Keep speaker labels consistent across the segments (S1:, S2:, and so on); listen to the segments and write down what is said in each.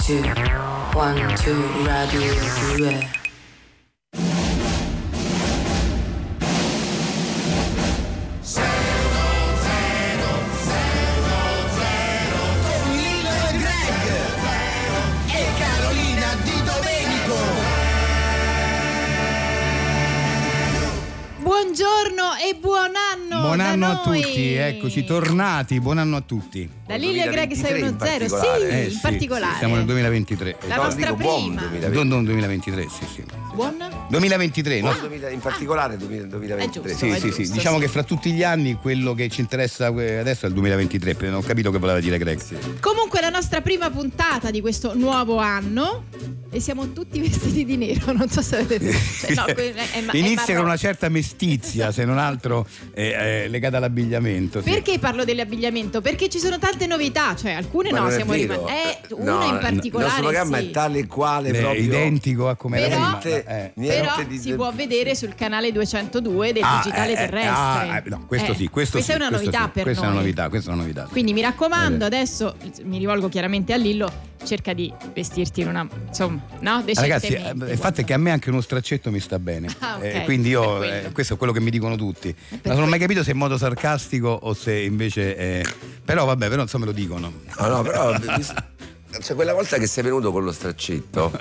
S1: two, one, two, radio 2.
S2: con Lino e Greg e Carolina Di Domenico.
S3: Buongiorno e buon anno!
S4: Buon
S3: da
S4: anno a
S3: noi.
S4: tutti, eh. eccoci tornati, buon anno a tutti.
S3: Da Lilio e Greg
S5: 2023 in
S3: 610, sì,
S5: particolare.
S4: Eh,
S3: in
S4: sì,
S3: particolare.
S4: Siamo nel 2023.
S3: La
S5: No,
S3: nostra
S5: dico buon
S3: prima.
S5: 2023.
S4: Don, don 2023, sì, sì.
S3: Buon?
S4: 2023, no?
S5: No, 2000 in particolare 2000 2023.
S3: È giusto.
S4: Sì,
S3: è
S4: sì, sì.
S3: giusto,
S4: Diciamo
S3: sì.
S4: che fra tutti gli anni quello che ci interessa eh, adesso è il 2023, perché non ho capito che voleva dire Greg. Eh,
S3: Eh, Comunque la nostra prima puntata di questo nuovo anno e siamo tutti vestiti di nero, non so se avete... cioè, no, que- è- è ma- è
S4: Inizia con
S3: marrone.
S4: una certa mestizia, se non altro eh, eh, legata all'abbigliamento. sì.
S3: Perché parlo dell'abbigliamento? Perché ci sono tante novità, cioè alcune
S5: Ma
S3: no,
S5: non è
S3: siamo
S5: vero.
S3: rimasti... Eh,
S5: No,
S3: una in
S5: il
S3: particolare
S5: nostro programma
S3: sì.
S5: è tale e quale
S4: È
S5: proprio
S4: identico a come era
S3: Però-
S4: prima.
S5: niente,
S4: eh.
S5: niente
S3: Però
S5: di-
S3: si può vedere sul canale 202 del
S4: Ah,
S3: digitale
S4: eh, eh,
S3: terrestre.
S4: ah, eh, no, questo
S3: Eh,
S4: sì, questo
S3: questa
S4: sì,
S3: è una
S4: questo
S3: novità
S4: sì,
S3: per
S4: questa
S3: noi.
S4: è una novità, questa è una novità. sì.
S3: Quindi mi raccomando,
S4: Vabbè.
S3: adesso mi rivolgo chiaramente a Lillo, cerca di vestirti in una insomma, no?
S4: Ragazzi, eh,
S3: Decentemente.
S4: il fatto è che a me anche uno straccetto mi sta bene.
S3: Ah, ok,
S4: Eh, quindi
S3: per
S4: io,
S3: quello. Eh,
S4: eh, questo è quello che mi dicono tutti.
S3: per
S4: Non ho mai capito se in modo sarcastico o se invece. eh, però vabbè, però insomma me lo dicono. Eh,
S5: No, no, però mi- cioè, quella volta che sei venuto con lo straccetto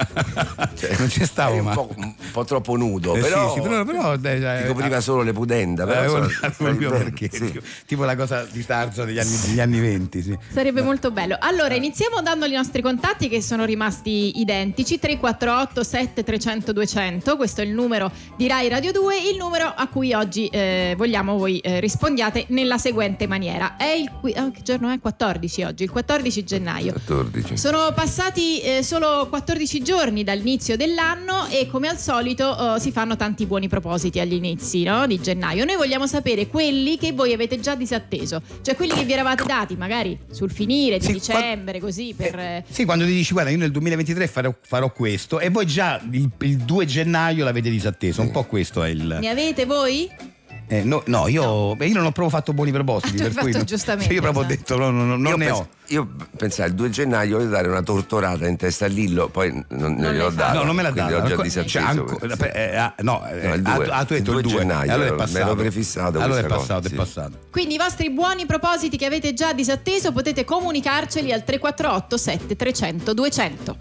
S5: cioè,
S4: non ci stavo,
S5: eri un
S4: ma.
S5: po', un po' troppo nudo,
S4: Eh, sì,
S5: però,
S4: sì, però- però, dai, dai,
S5: ti copriva solo le pudenda, però
S4: Eh,
S5: insomma,
S4: guarda,
S5: stai
S4: proprio
S5: bene,
S4: perché,
S5: sì.
S4: tipo, tipo la cosa di Tarzo degli anni, degli anni 20, sì.
S3: Sarebbe molto bello. Allora,
S4: Eh.
S3: iniziamo dando i nostri contatti che sono rimasti identici: 348 7300 200. Questo è il numero di Rai Radio 2. Il numero a cui oggi eh, vogliamo voi eh, rispondiate nella seguente maniera. È il qui- ah, che giorno è? 14 oggi, il 14 gennaio.
S5: 14.
S3: Sono passati eh, solo 14 giorni dall'inizio dell'anno e come al solito eh, si fanno tanti buoni propositi agli inizi no? di gennaio. Noi vogliamo sapere quelli che voi avete già disatteso, cioè quelli che vi eravate dati magari sul finire di
S4: Sì,
S3: dicembre, così per... eh,
S4: Sì, quando ti dici guarda io nel 2023 farò, farò questo e voi già il, il 2 gennaio l'avete disatteso, un po' questo è il...
S3: Ne avete voi?
S4: Eh, no, no, io, beh, io non ho proprio fatto buoni propositi.
S3: Ah, tu hai
S4: per cui
S3: fatto
S4: no-
S3: giustamente,
S4: cioè, io proprio ho
S3: esatto.
S4: detto: no, no, no, non
S5: io
S4: ne
S5: pens-
S4: ho.
S5: Io pensavo il 2 gennaio voglio dare una tortorata in testa a Lillo, poi non, non
S3: Non
S5: gliel'ho
S3: l'hai
S5: data.
S4: no, non me l'ha
S5: quindi
S4: dato.
S5: L'ho già
S4: Ancora-
S5: disatteso.
S4: cioè, anco-
S5: quindi, sì.
S4: eh, ah, no,
S5: No, il
S4: eh, ah,
S5: due.
S4: tu- ah, tu hai detto il
S5: Il
S4: 2
S5: due gennaio,
S4: allora è
S5: me l'ho
S4: passato.
S5: prefissato
S4: Allora è
S5: questa
S4: passato,
S5: cosa,
S4: è
S5: sì.
S4: passato.
S3: Quindi i vostri buoni propositi che avete già disatteso potete comunicarceli al 348 7300 200.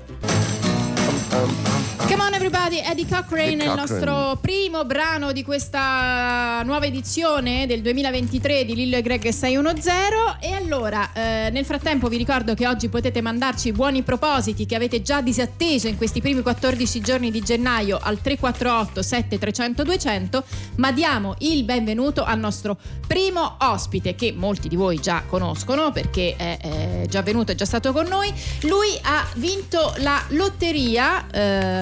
S3: Come on everybody, Eddie Cochrane è
S5: Eddie
S3: il
S5: Cochran.
S3: nostro primo brano di questa nuova edizione del 2023 di Lillo e Greg 610 e allora eh, nel frattempo vi ricordo che oggi potete mandarci i buoni propositi che avete già disatteso in questi primi 14 giorni di gennaio al 348 7300 200 ma diamo il benvenuto al nostro primo ospite che molti di voi già conoscono perché è, eh, già venuto, è già stato con noi. Lui ha vinto la lotteria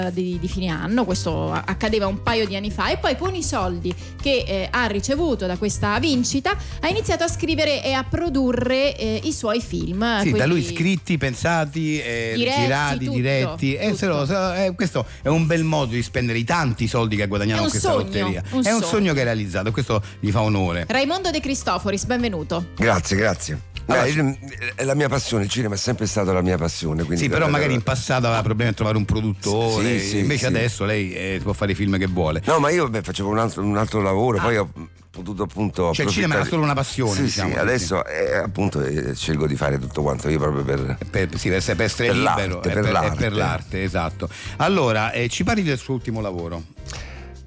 S3: eh, di, di fine anno, questo accadeva un paio di anni fa e poi con i soldi che eh, ha ricevuto da questa vincita ha iniziato a scrivere e a produrre eh, i suoi film.
S4: Sì, da
S3: quelli-
S4: lui scritti, pensati, eh,
S3: Diretti,
S4: girati,
S3: tutto,
S4: diretti. Eh, se no, se no, eh, questo è un bel modo di spendere i tanti soldi che ha
S3: È
S4: guadagnato con
S3: un
S4: questa
S3: sogno,
S4: lotteria.
S3: un
S4: è un
S3: sogno.
S4: sogno che ha realizzato, questo gli fa onore.
S3: Raimondo De Cristoforis, benvenuto.
S5: Grazie, grazie.
S4: Allora,
S5: Beh, io- è la mia passione, il cinema è sempre stata la mia passione. Quindi
S4: Sì, però magari in passato aveva problemi a trovare un produttore,
S5: Sì, sì,
S4: invece
S5: sì.
S4: adesso lei eh, può fare i film che vuole. Ah.
S5: No, ma io beh, facevo un altro, un altro lavoro, poi ho potuto appunto.
S4: Cioè, il
S5: approfittare-
S4: cinema era solo una passione,
S5: Sì,
S4: diciamo
S5: sì,
S4: così.
S5: adesso eh, appunto eh, scelgo di fare tutto quanto io proprio per.
S4: Per, sì, per, per essere
S5: Per
S4: libero
S5: l'arte,
S4: è
S5: per
S4: è
S5: l'arte.
S4: per l'arte, esatto. Allora, eh, ci parli del suo ultimo lavoro?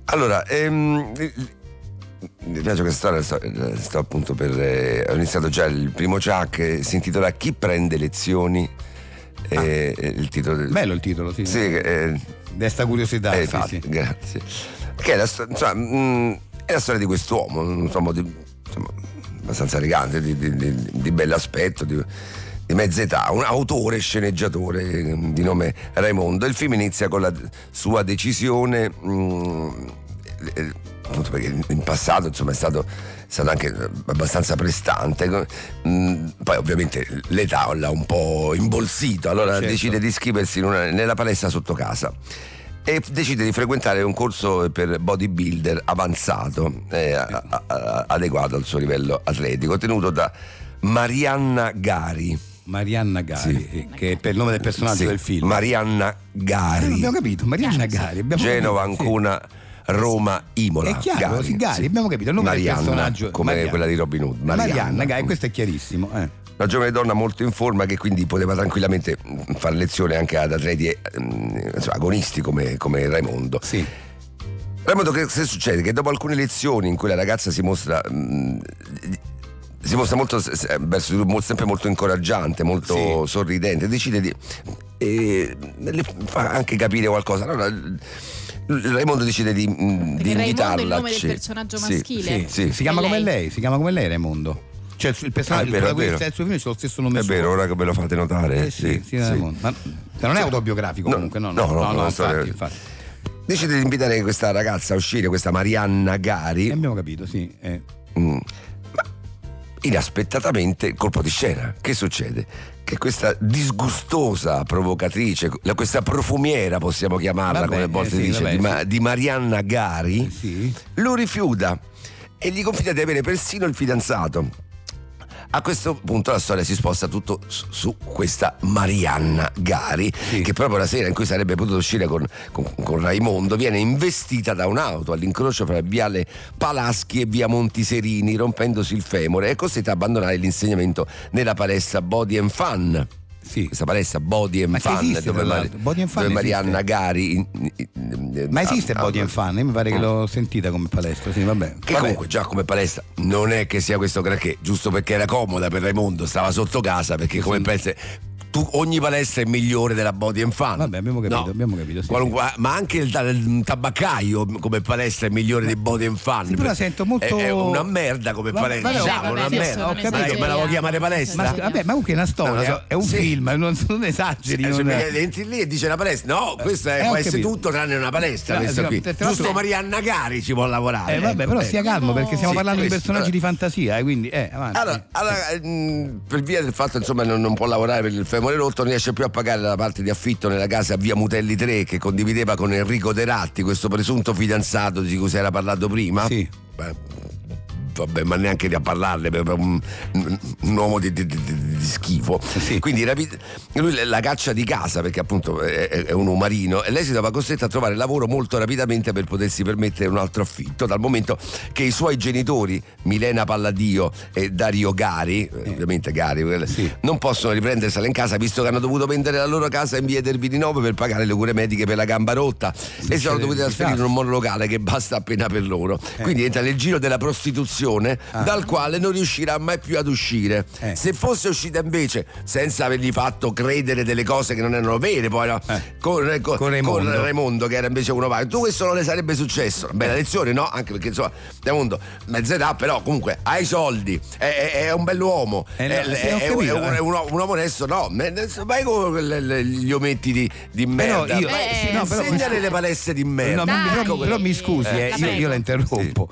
S5: Allora, ehm, mi piace questa storia, sto, sto appunto per. eh, ho iniziato già il primo Chuck, eh, si intitola Chi prende lezioni? Eh, eh, il titolo del.
S4: Ah. Bello il titolo, sì.
S5: Sì, eh,
S4: Desta curiosità,
S5: Eh,
S4: sì,
S5: infatti,
S4: sì.
S5: grazie. Che è la, sto- insomma, mm, è la storia di quest'uomo, un uomo di- insomma, abbastanza elegante, di, di, di- di bell'aspetto, di, di mezza età, un autore e sceneggiatore eh, di nome Raimondo. Il film inizia con la d- sua decisione. mm, eh, appunto perché in- in passato insomma è stato, è stato anche abbastanza prestante co- mm, poi ovviamente l'età l'ha un po' imbolsito allora
S4: Certo.
S5: decide di iscriversi in una- nella palestra sotto casa e decide di frequentare un corso per bodybuilder avanzato eh, a- a- a- adeguato al suo livello atletico tenuto da Marianna Gari
S4: Marianna Gari, eh, che è per il nome del personaggio
S5: Sì,
S4: del film.
S5: Marianna
S4: Eh, non
S5: Gari,
S4: abbiamo capito, Marianna Gari. abbiamo
S5: Genova,
S4: capito, sì.
S5: Ancona, Roma, Imola.
S4: È chiaro, sì, Gari, abbiamo capito, il nome del
S5: Marianna,
S4: personaggio-
S5: come
S4: Marianna.
S5: quella di Robin Hood.
S4: Marianna, Gari,
S5: Mm.
S4: questo è chiarissimo. eh.
S5: Una giovane donna molto in forma che quindi poteva tranquillamente mm, fare lezione anche ad atleti eh, mm, insomma, agonisti come, come Raimondo.
S4: Sì.
S5: Raimondo, che, che succede? Che dopo alcune lezioni in cui la ragazza si mostra. mm, si mostra molto, se- se- verso di lui, mo- sempre molto incoraggiante, molto sorridente, decide di. eh, le fa anche capire qualcosa. Allora, l- Raimondo decide di, mm, di
S3: Perché Raimondo è il
S5: invitarla.
S3: nome del
S5: sì.
S3: personaggio
S5: Sì,
S3: maschile.
S5: Sì, sì.
S4: Si chiama
S3: È
S4: come
S3: lei.
S4: lei, si chiama come lei Raimondo. Cioè il
S5: Ah,
S4: personaggio
S5: è vero, è
S4: del
S5: vero.
S4: terzo film c'è lo stesso nome
S5: È
S4: suo.
S5: vero, ora che me lo fate notare.
S4: Eh sì,
S5: sì,
S4: sì,
S5: sì.
S4: Raimondo. Ma ma non è autobiografico
S5: No,
S4: comunque, no,
S5: no, no, no,
S4: infatti,
S5: storia-
S4: infatti.
S5: Decide di invitare questa ragazza a uscire, questa Marianna Gari.
S4: E abbiamo capito, sì. eh.
S5: Mm. Ma inaspettatamente colpo di scena. Che succede? Che questa disgustosa provocatrice, la- questa profumiera possiamo chiamarla
S4: Vabbè,
S5: come a volte
S4: eh sì,
S5: dice,
S4: vabbè,
S5: di, Ma-
S4: sì.
S5: di Marianna Gari,
S4: Sì.
S5: lo rifiuta e gli confida di avere persino il fidanzato. A questo punto la storia si sposta tutto su- su questa Marianna Gari,
S4: Sì.
S5: che proprio la sera in cui sarebbe potuto uscire con, con- con Raimondo viene investita da un'auto all'incrocio fra Viale Palaschi e Via Montiserini, rompendosi il femore e costretta a abbandonare l'insegnamento nella palestra Body and Fun.
S4: Sì.
S5: Questa palestra Body and
S4: Ma che
S5: Fun,
S4: esiste,
S5: dove,
S4: tra l'altro? Body and Fun
S5: dove
S4: esiste?
S5: Marianna Gari. in- in- in-
S4: Ma esiste
S5: a-
S4: Body and Fan? Mi pare
S5: ah.
S4: che l'ho sentita come palestra, sì, vabbè.
S5: che
S4: Vabbè.
S5: comunque già come palestra non è che sia questo granché, giusto perché era comoda per Raimondo, stava sotto casa perché come pensi tu ogni palestra è migliore della Body and Fun.
S4: Vabbè, abbiamo capito, abbiamo capito, sì,
S5: Qualunque- Ma anche il, ta- il tabaccaio come palestra è migliore di Body and Fun.
S4: Sì, però la sento molto-
S5: È, è una merda come
S4: Va-
S5: palestra,
S4: vabbè,
S5: diciamo,
S4: vabbè,
S5: una
S4: sì,
S5: merda.
S4: ho capito.
S5: Ma che me la vuoi chiamare palestra?
S4: Ma, vabbè, ma comunque è una storia,
S5: No, lo so,
S4: è un
S5: sì.
S4: film, non, non esageri.
S5: Eh, cioè,
S4: non-
S5: perché entri lì e dice la palestra no questa è,
S4: Eh, ho
S5: può essere
S4: capito. Eh,
S5: tutto tranne una palestra
S4: Tra-
S5: questo
S4: tra-
S5: qui
S4: tra- tra-
S5: giusto
S4: tra-
S5: Marianna Gari ci può lavorare
S4: Eh, vabbè,
S5: ecco,
S4: però
S5: ecco.
S4: stia calmo perché stiamo
S5: Sì,
S4: parlangio di
S5: questo, Ah,
S4: personaggi
S5: allora.
S4: di fantasia, eh, quindi eh, avanti.
S5: Allora, allora, ehm, per via del fatto insomma non, non può lavorare per il femore rotto, non riesce più a pagare la parte di affitto nella casa a via Mutelli 3 che condivideva con Enrico Deratti, questo presunto fidanzato di cui si era parlato prima.
S4: Sì.
S5: Beh, Vabbè, ma neanche di a parlarne, per- per un, un uomo di, di- di- di- di schifo.
S4: Sì.
S5: Quindi rapi- lui la caccia di casa perché appunto eh, è, è- è un umarino e lei si trova costretta a trovare lavoro molto rapidamente per potersi permettere un altro affitto, dal momento che i suoi genitori, Milena Palladio e Dario Gari, eh, ovviamente Gari, quelle-
S4: Sì.
S5: non possono riprendersela in casa visto che hanno dovuto vendere la loro casa in via Tervini 9 per pagare le cure mediche per la gamba rotta e si sono
S4: c'è
S5: dovuti trasferire
S4: il
S5: in
S4: disastro.
S5: un monolocale che basta appena per loro.
S4: Eh.
S5: Quindi entra nel giro della prostituzione dal quale non riuscirà mai più ad uscire.
S4: Ah. Eh.
S5: Se fosse uscita invece senza avergli fatto credere delle cose che non erano vere, poi no?
S4: Eh.
S5: con, con-
S4: Con Raimondo.
S5: con Raimondo, che era invece uno vario, tu questo non le sarebbe successo. Una
S4: Eh.
S5: Bella lezione, no? Anche perché insomma, Raimondo, mezza età, però comunque ha i soldi, è, è- è un bell'uomo,
S4: Eh, no,
S5: è,
S4: sì,
S5: è-
S4: ho
S5: è-
S4: capito,
S5: è un,
S4: eh.
S5: un- un uomo onesto, no? me- Vai con le- le- gli ometti di, di
S4: Però
S5: merda.
S4: Eh, io-
S5: vai-
S3: Eh,
S5: sì,
S3: no,
S4: però-
S5: insegnale le palestre di merda.
S4: No, ma mi-
S3: Dai.
S4: però, però mi scusi, eh,
S3: La
S4: io, io
S3: prego.
S4: la interrompo.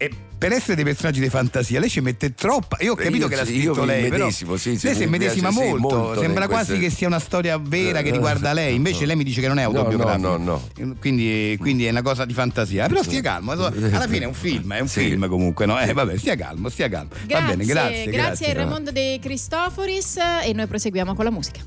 S4: E per essere dei personaggi di fantasia, lei ci mette troppa. Io ho
S5: Eh,
S4: capito
S5: io
S4: che l'ha
S5: sì,
S4: scritto
S5: io mi
S4: lei. Però
S5: immedesimo, sì, sì,
S4: lei si
S5: mi
S4: medesima
S5: piace, sì,
S4: molto.
S5: molto
S4: Sembra
S5: in
S4: quasi
S5: queste- Eh,
S4: che sia una storia vera che
S5: No, no,
S4: riguarda lei. Invece
S5: no.
S4: lei mi dice che non è
S5: No, no, no,
S4: autobiografica.
S5: no.
S4: Quindi, quindi è una cosa di fantasia. Però stia calmo. Alla fine è un film, è un
S5: Sì.
S4: film comunque. No? Eh, vabbè, stia calmo, stia calmo. Va bene, grazie.
S3: grazie
S4: grazie.
S3: a Raimondo De Cristoforis eh, e noi proseguiamo con la musica.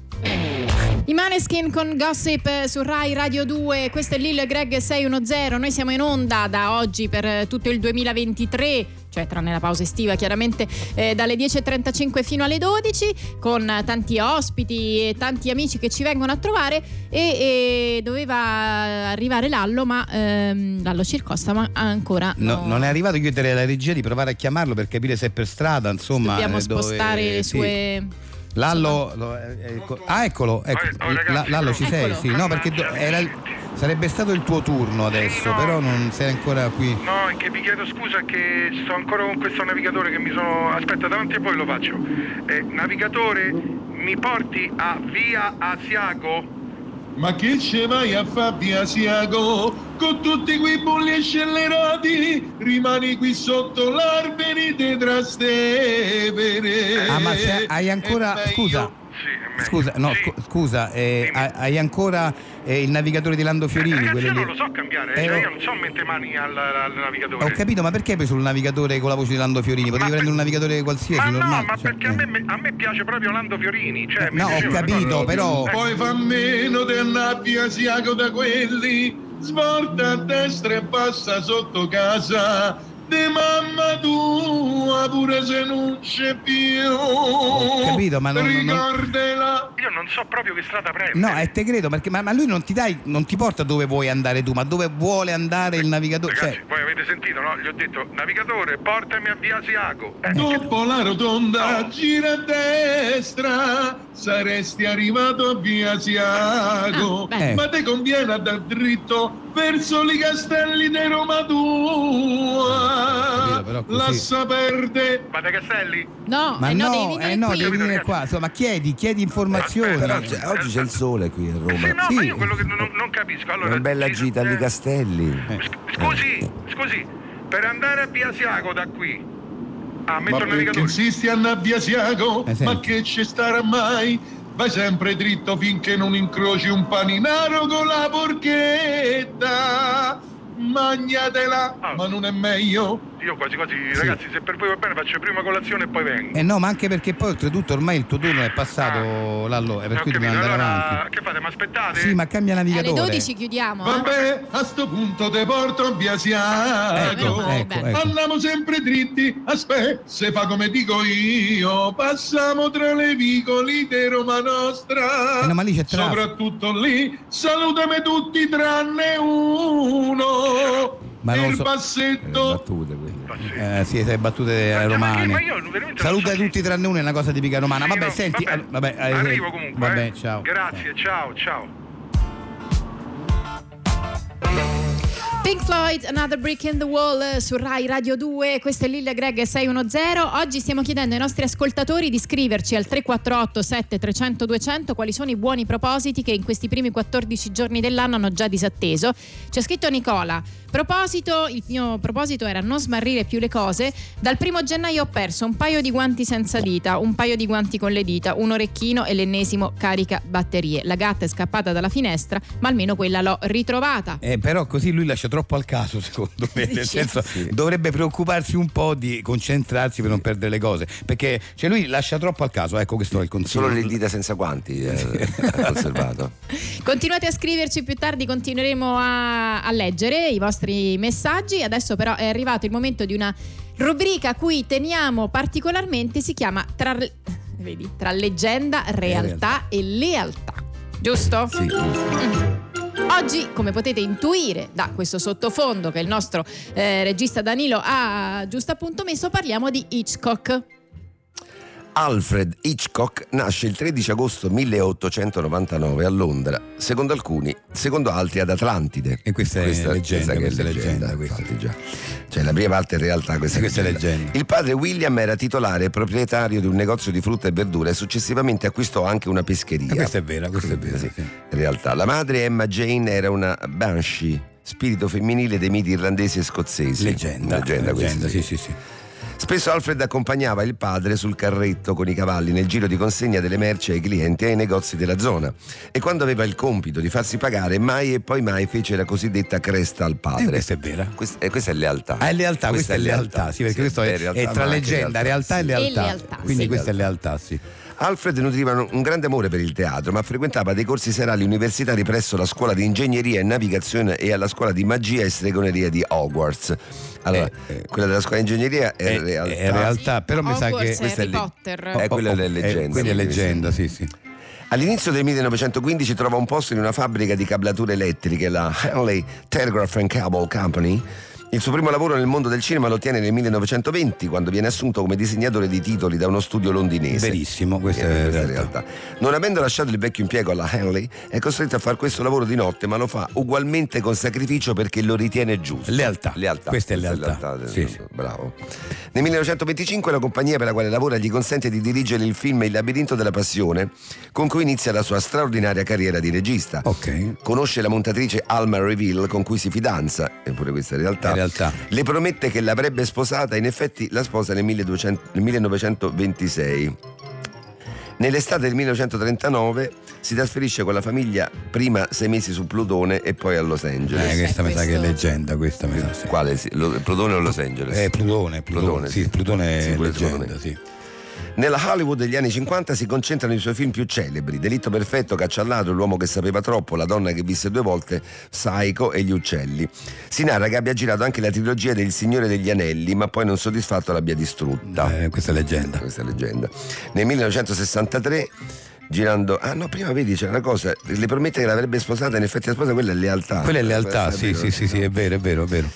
S3: I Maneskin con Gossip eh, su Rai Radio 2, questo è Lil Greg 610, noi siamo in onda da oggi per eh, tutto il 2023, cioè tranne la pausa estiva chiaramente, eh, dalle 10.35 fino alle 12 con eh, tanti ospiti e tanti amici che ci vengono a trovare e, e doveva arrivare Lallo, ma ehm, Lallo Circosta, ma ancora
S4: No,
S3: no.
S4: Non è arrivato, io direi alla regia di provare a chiamarlo per capire se è per strada, insomma.
S3: Dobbiamo
S4: eh, dove-
S3: spostare le
S4: sì.
S3: sue...
S4: Lallo, lo- eh, ecco- ah eccolo, ecco.
S6: Oh, ragazzi,
S4: La- Lallo ci sei,
S3: Eccolo.
S4: sì, no perché do- era il- sarebbe stato il tuo turno adesso,
S6: Sì, no.
S4: però non sei ancora qui.
S6: No, è che vi chiedo scusa che sto ancora con questo navigatore che mi sono... Aspetta, davanti a voi lo faccio. Eh, navigatore, mi porti a Via Asiago?
S7: Ma che ce vai a fare via Siago? Con tutti quei bulli scellerati rimani qui sotto l'arberi di Trastevere.
S4: Ah ma se hai
S7: È
S4: ancora,
S7: meglio-
S4: scusa,
S6: Sì, è me.
S4: Scusa, no,
S6: Sì.
S4: scu- scusa, eh,
S6: Dimmi.
S4: ha- hai ancora eh, il navigatore di Lando
S6: Eh,
S4: Fiorini?
S6: ragazzi,
S4: quello
S6: io
S4: lì?
S6: non lo so cambiare,
S4: Eh,
S6: cioè,
S4: ho-
S6: io non so mettere mani al, al navigatore.
S4: ho capito, ma perché hai preso il navigatore con la voce di Lando Fiorini? Potevi
S6: per-
S4: prendere un navigatore qualsiasi,
S6: ma
S4: normale.
S6: no, ma
S4: cioè,
S6: perché
S4: eh.
S6: a, me, a me piace proprio Lando Fiorini. Cioè, mi
S4: No, ho
S6: piaceva,
S4: capito,
S6: proprio.
S4: però.
S6: Eh,
S7: Poi fa meno di andare via Siago da quelli, svolta a destra e passa sotto casa di mamma tua, pure se non c'è più. Ho
S4: capito, ma non- non- non-
S7: Ricordela.
S6: Io non so proprio che strada prendere.
S4: No, eh, te credo, perché, ma, ma lui non ti, dai, non ti porta dove vuoi andare tu, ma dove vuole andare il navigatore.
S6: Ragazzi,
S4: Cioè,
S6: voi avete sentito, no? Gli ho detto, navigatore, portami a via Asiago. Eh,
S7: Dopo la rotonda, gira a destra, saresti arrivato a via Siago.
S3: Ah, beh.
S7: ma ti conviene andare dritto verso i castelli di Roma tua.
S4: Capito, però così-
S7: Lassa perde
S6: ma dai Castelli?
S3: No,
S4: ma
S3: eh no, devi
S4: no,
S3: venire
S4: eh, no,
S3: qui.
S4: devi venire
S6: Capito,
S4: qua. Insomma, chiedi, chiedi informazioni.
S6: Aspetta,
S5: Eh, Però c'è- oggi c'è il sole qui a Roma.
S6: Sì, no,
S4: sì.
S6: ma io quello che non, non capisco. Allora,
S5: Una bella
S6: ci-
S5: gita
S6: eh,
S5: agli castelli.
S4: Eh.
S6: Scusi, scusi, per andare a via Asiago da qui, ah,
S7: Ma
S6: metto il
S7: perché
S6: navigatore.
S7: insisti a Nabbia Siago?
S4: Eh, senti.
S7: ma che ci starà mai? Vai sempre dritto finché non incroci un paninaro con la porchetta. Magnatela,
S6: Ah.
S7: ma non è meglio.
S6: Io quasi quasi, ragazzi, se per voi va bene faccio prima colazione e poi vengo.
S4: Eh no, ma anche perché poi oltretutto ormai il tuo turno è passato, Lallo, e per
S6: Ah. Ho
S4: cui
S6: capito,
S4: dobbiamo andare
S6: allora,
S4: avanti.
S6: che fate? Ma aspettate?
S4: Sì, ma cambia
S3: Alle
S4: navigatore.
S3: 12 chiudiamo. eh.
S7: Vabbè, a sto punto te porto a via
S3: Ecco,
S7: Siago.
S3: ecco, ecco.
S7: Andiamo sempre dritti, aspetta, se fa come dico io, passiamo tra le vicoli di Roma Nostra.
S4: Eh no, ma lì c'è traffico.
S7: Soprattutto lì, salutami tutti tranne uno.
S4: Ma non
S7: il
S4: so-
S5: Eh,
S7: passetto.
S5: battute
S6: Ah,
S5: quelle.
S4: Eh, sì, sei battute
S6: Ma- ma
S4: romane.
S6: io veramente non
S4: Saluta
S6: so-
S4: tutti tranne uno, è una cosa tipica romana.
S6: Sì,
S4: Vabbè,
S6: no,
S4: senti,
S6: vabbè.
S4: all- vabbè, eh,
S6: arrivo comunque.
S4: Vabbè,
S6: eh.
S4: ciao.
S6: Grazie, ciao, ciao.
S3: Pink Floyd, Another Brick in the Wall eh, su Rai Radio 2, questo è Lille Greg 610. Oggi stiamo chiedendo ai nostri ascoltatori di scriverci al 348 7300 200 quali sono i buoni propositi che in questi primi 14 giorni dell'anno hanno già disatteso. C'è scritto Nicola, proposito, il mio proposito era non smarrire più le cose, dal primo gennaio ho perso un paio di guanti senza dita, un paio di guanti con le dita, un orecchino e l'ennesimo carica batterie. La gatta è scappata dalla finestra, ma almeno quella l'ho ritrovata.
S4: Eh, però così lui lascia troppo al caso, secondo me. Nel
S3: Dici?
S4: senso, dovrebbe preoccuparsi un po' di concentrarsi per non perdere le cose. Perché cioè, lui lascia troppo al caso, ecco questo è il consiglio.
S5: Solo le dita senza guanti eh, ha conservato.
S3: Continuate a scriverci, più tardi continueremo a, a leggere i vostri messaggi. Adesso però è arrivato il momento di una rubrica a cui teniamo particolarmente, si chiama Tra, vedi, tra leggenda, realtà e lealtà. Giusto? Mm.
S5: Sì, giusto.
S3: Oggi, come potete intuire da questo sottofondo che il nostro eh, regista Danilo ha giusto appunto messo, parliamo di Hitchcock.
S5: Alfred Hitchcock nasce il 13 agosto 1899 a Londra, secondo alcuni, secondo altri ad Atlantide.
S4: E questa è leggenda,
S5: che
S4: questa è leggenda, questa.
S5: infatti già. Cioè la prima parte in realtà questa,
S4: Questa è leggenda.
S5: Il padre William era titolare e proprietario di un negozio di frutta e verdura e successivamente acquistò anche una
S4: Eh,
S5: pescheria.
S4: questa è vera, questa è vera.
S5: Sì.
S4: sì.
S5: In realtà la madre Emma Jane era una banshee, spirito femminile dei miti irlandesi e scozzesi.
S4: Leggenda,
S5: Leggenda, questa,
S4: leggenda,
S5: sì.
S4: sì, sì, sì.
S5: Spesso Alfred accompagnava il padre sul carretto con i cavalli nel giro di consegna delle merci ai clienti e ai negozi della zona e quando aveva il compito di farsi pagare mai e poi mai fece la cosiddetta cresta al
S4: Eh,
S5: padre.
S4: questa è vera.
S5: Questa, eh, questa è lealtà.
S4: Ah, è lealtà, questa, è lealtà, sì, perché questo è,
S5: è realtà,
S4: è
S5: ma
S4: tra
S5: anche
S4: leggenda, realtà,
S5: sì.
S4: e lealtà.
S3: E lealtà,
S4: Quindi
S3: sì.
S4: questa è lealtà, sì.
S5: Alfred nutriva un un grande amore per il teatro, ma frequentava dei corsi serali universitari presso la scuola di ingegneria e navigazione e alla scuola di magia e stregoneria di Hogwarts. Allora,
S4: Eh, eh.
S5: quella della scuola di ingegneria è,
S4: È,
S5: realtà.
S4: è realtà, però mi sa
S3: Hogwarts
S4: che
S3: e
S4: questa è
S3: Harry
S4: le-
S3: Potter.
S5: Eh, quella è leggenda,
S4: Quella è
S5: quindi,
S4: leggenda, sì, sì.
S5: All'inizio del 1915 trova un posto in una fabbrica di cablature elettriche, la Henley Telegraph and Cable Company. Il suo primo lavoro nel mondo del cinema lo ottiene nel 1920, quando viene assunto come disegnatore di titoli da uno studio londinese.
S4: Verissimo, questa
S5: Eh,
S4: è
S5: questa è
S4: realtà.
S5: realtà. Non avendo lasciato il vecchio impiego alla Henley, è costretto a fare questo lavoro di notte, ma lo fa ugualmente con sacrificio perché lo ritiene giusto.
S4: Lealtà. Questa è lealtà. Sì, sì.
S5: Bravo. Nel 1925 la compagnia per la quale lavora gli consente di dirigere il film Il labirinto della passione, con cui inizia la sua straordinaria carriera di regista.
S4: Ok.
S5: Conosce la montatrice Alma Reville con cui si fidanza, eppure questa è realtà.
S4: In realtà.
S5: Le promette che l'avrebbe sposata, in effetti la sposa nel, 1200 nel 1926. Nell'estate del 1939 si trasferisce con la famiglia prima sei mesi su Plutone e poi a Los
S4: Eh,
S5: Angeles.
S4: questa mi sa che è
S3: questo-
S4: leggenda, questa mi sa. sì.
S5: Quale? si- Lo- Plutone o Los Angeles?
S4: Eh, Plutone, Plutone,
S5: Plutone,
S4: sì,
S5: sì.
S4: Plutone è
S5: Sì, pure
S4: leggenda,
S5: Plutone.
S4: sì.
S5: Nella Hollywood degli anni 50 si concentrano i suoi film più celebri: Delitto perfetto, Caccia al ladro, L'uomo che sapeva troppo, La donna che visse due volte, Psycho e Gli uccelli. Si narra che abbia girato anche la trilogia del Signore degli Anelli, ma poi non soddisfatto l'abbia distrutta.
S4: Eh, questa è leggenda.
S5: Questa è leggenda. Nel 1963 girando ah no prima vedi c'era una cosa le promette che l'avrebbe sposata in effetti la sposa quella è lealtà
S4: Quella è
S5: Questa
S4: lealtà,
S5: è
S4: sì,
S5: vero,
S4: sì, sì, sì, è vero, è vero, è vero.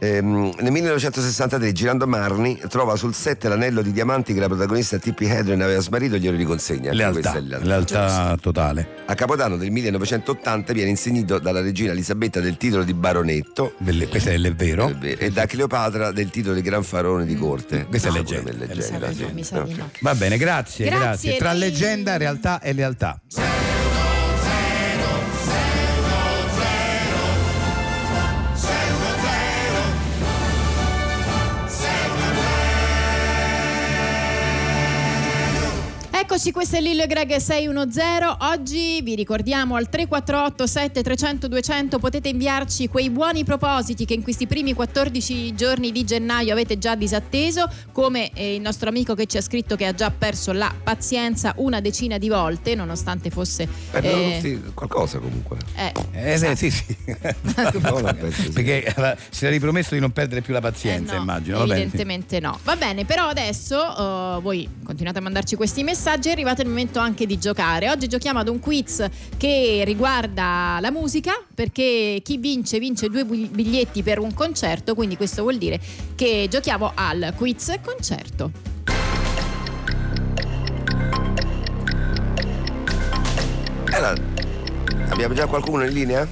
S5: Ehm, nel 1963, girando a Marni, trova sul set l'anello di diamanti che la protagonista Tippi Hedren aveva smarrito e glielo riconsegna. Anche questa
S4: Lealtà,
S5: è lealtà.
S4: lealtà totale.
S5: A Capodanno del 1980 viene insignito dalla regina Elisabetta del titolo di baronetto
S4: Belle- questa è il vero.
S5: eh, e da Cleopatra del titolo di gran farone di corte.
S4: Mm, Questa è
S5: Ah, pure
S4: leggenda.
S3: Mi sa
S5: leggenda,
S3: di no,
S5: sì.
S3: mi sa di no.
S4: Va bene, grazie, grazie.
S3: Grazie,
S4: Tra
S3: noi-
S4: leggenda, realtà e lealtà.
S3: Eccoci, questo è Lil Greg 610. Oggi vi ricordiamo al 348 7300 200 potete inviarci quei buoni propositi che in questi primi 14 giorni di gennaio avete già disatteso, come eh, il nostro amico che ci ha scritto che ha già perso la pazienza una decina di volte, nonostante fosse
S5: Perdono
S3: eh,
S5: tutti qualcosa comunque.
S3: eh,
S4: Eh, sì, sì, sì.
S5: No, la penso sì.
S4: Perché eh, si era ripromesso di non perdere più la pazienza,
S3: Eh no,
S4: immagino. va bene?
S3: Evidentemente no. Va bene, però adesso eh, voi continuate a mandarci questi messaggi. È arrivato il momento anche di giocare. Oggi giochiamo ad un quiz che riguarda la musica, perché chi vince vince due bi- biglietti per un concerto, quindi questo vuol dire che giochiamo al quiz concerto.
S5: Allora, abbiamo già qualcuno in linea?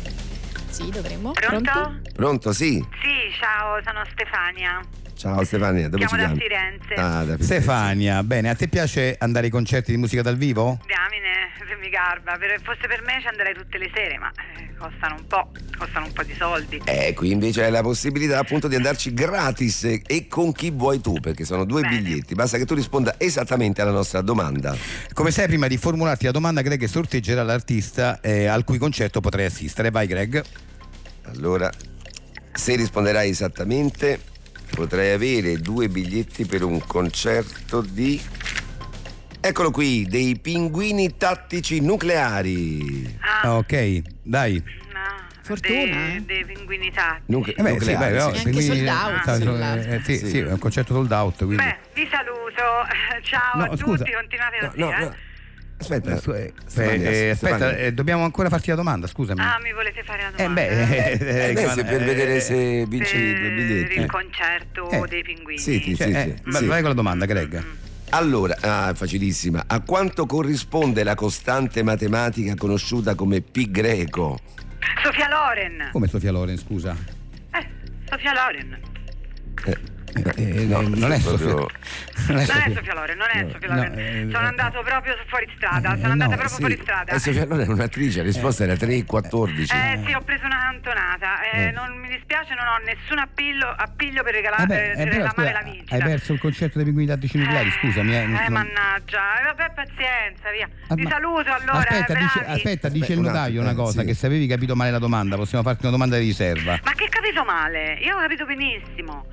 S3: Sì, dovremmo.
S8: Pronto?
S5: Pronto? Sì.
S8: Sì, ciao, sono Stefania.
S5: Ciao Stefania, dove
S8: Siamo
S5: si
S8: da
S5: chiama?
S8: Firenze.
S5: Ah, da Firenze.
S4: Stefania, bene, a te piace andare ai concerti di musica dal vivo?
S8: Diamine, mi garba. Per, fosse per me ci anderei tutte le sere, ma eh, costano un po', costano un po' di soldi.
S5: Eh, qui invece hai la possibilità appunto di andarci gratis eh, e con chi vuoi tu, perché sono due
S8: Bene.
S5: biglietti. Basta che tu risponda esattamente alla nostra domanda.
S4: Come sai, prima di formularti la domanda, Greg sorteggerà l'artista eh, al cui concerto potrai assistere. Vai, Greg.
S5: Allora, se risponderai esattamente, potrai avere due biglietti per un concerto di. Eccolo qui, dei pinguini tattici nucleari.
S8: Ah,
S4: Ah, ok, dai.
S8: no,
S3: Fortuna,
S8: Dei,
S3: eh.
S8: dei pinguini tattici.
S5: Nucle-
S4: Eh beh, sì, vai,
S5: nucleari,
S4: vai,
S5: sì.
S3: anche
S4: quindi-
S3: sold out,
S4: sta-
S3: sold out.
S4: eh, sì,
S5: Sì.
S4: sì, è un concerto sold out. Quindi.
S8: Beh, vi saluto. Ciao
S4: No,
S8: a
S4: scusa.
S8: tutti, continuate
S5: No,
S8: così,
S5: no,
S8: eh.
S5: no. Aspetta,
S4: Eh, su- eh,
S5: Stefania,
S4: eh, aspetta,
S5: Stefania.
S4: eh, dobbiamo ancora farti la domanda, scusami.
S8: Ah, mi volete fare la
S4: eh
S8: domanda?
S4: beh, eh,
S5: Eh, beh, se- per
S4: eh,
S5: vedere se vinci
S8: eh,
S5: i
S8: per
S5: biglietti.
S8: il concerto
S4: Eh.
S8: dei pinguini.
S5: Sì, sì,
S4: cioè,
S5: sì,
S4: eh,
S5: sì.
S4: ma-
S5: Sì.
S4: Vai con la domanda, Greg.
S5: Allora, ah, facilissima. A quanto corrisponde la costante matematica conosciuta come pi greco?
S8: Sofia Loren.
S4: Ah. Come Sofia Loren, scusa?
S8: Eh, Sofia Loren.
S4: Eh, eh, non è Sofia.
S5: proprio- Eh,
S4: Non
S8: Non
S4: è
S8: è
S4: Sofia.
S8: Sofia Loren, non è Sofia
S4: no,
S8: Loren.
S4: eh,
S8: sono
S4: eh,
S8: andato proprio su fuori strada,
S4: eh,
S8: sono andata
S4: no,
S8: proprio
S5: Sì.
S8: fuori strada.
S5: Eh, Sofia Loren è un'attrice, la risposta era 3,14.
S8: Eh sì, ho preso una cantonata. Eh,
S4: Eh.
S8: Non mi dispiace, non ho nessun appillo, appiglio per, regala-
S4: Eh beh,
S8: eh,
S4: eh,
S8: per
S4: però,
S8: reclamare
S4: scusa,
S8: la
S4: hai
S8: vincita.
S4: perso il concerto dei pinguini tattici nucleari, scusami.
S8: Eh,
S4: Eh, non- non-
S8: mannaggia, eh, vabbè, pazienza, via.
S4: Ah,
S8: Vi
S4: ma-
S8: saluto allora.
S4: Aspetta,
S8: eh,
S4: dice,
S8: bravi.
S4: aspetta, dice il
S5: un
S4: notaio
S5: attimo,
S4: una
S5: eh,
S4: cosa:
S5: sì.
S4: che se avevi capito male la domanda, possiamo farti una domanda di riserva.
S8: Ma che ho capito male? Io ho capito benissimo.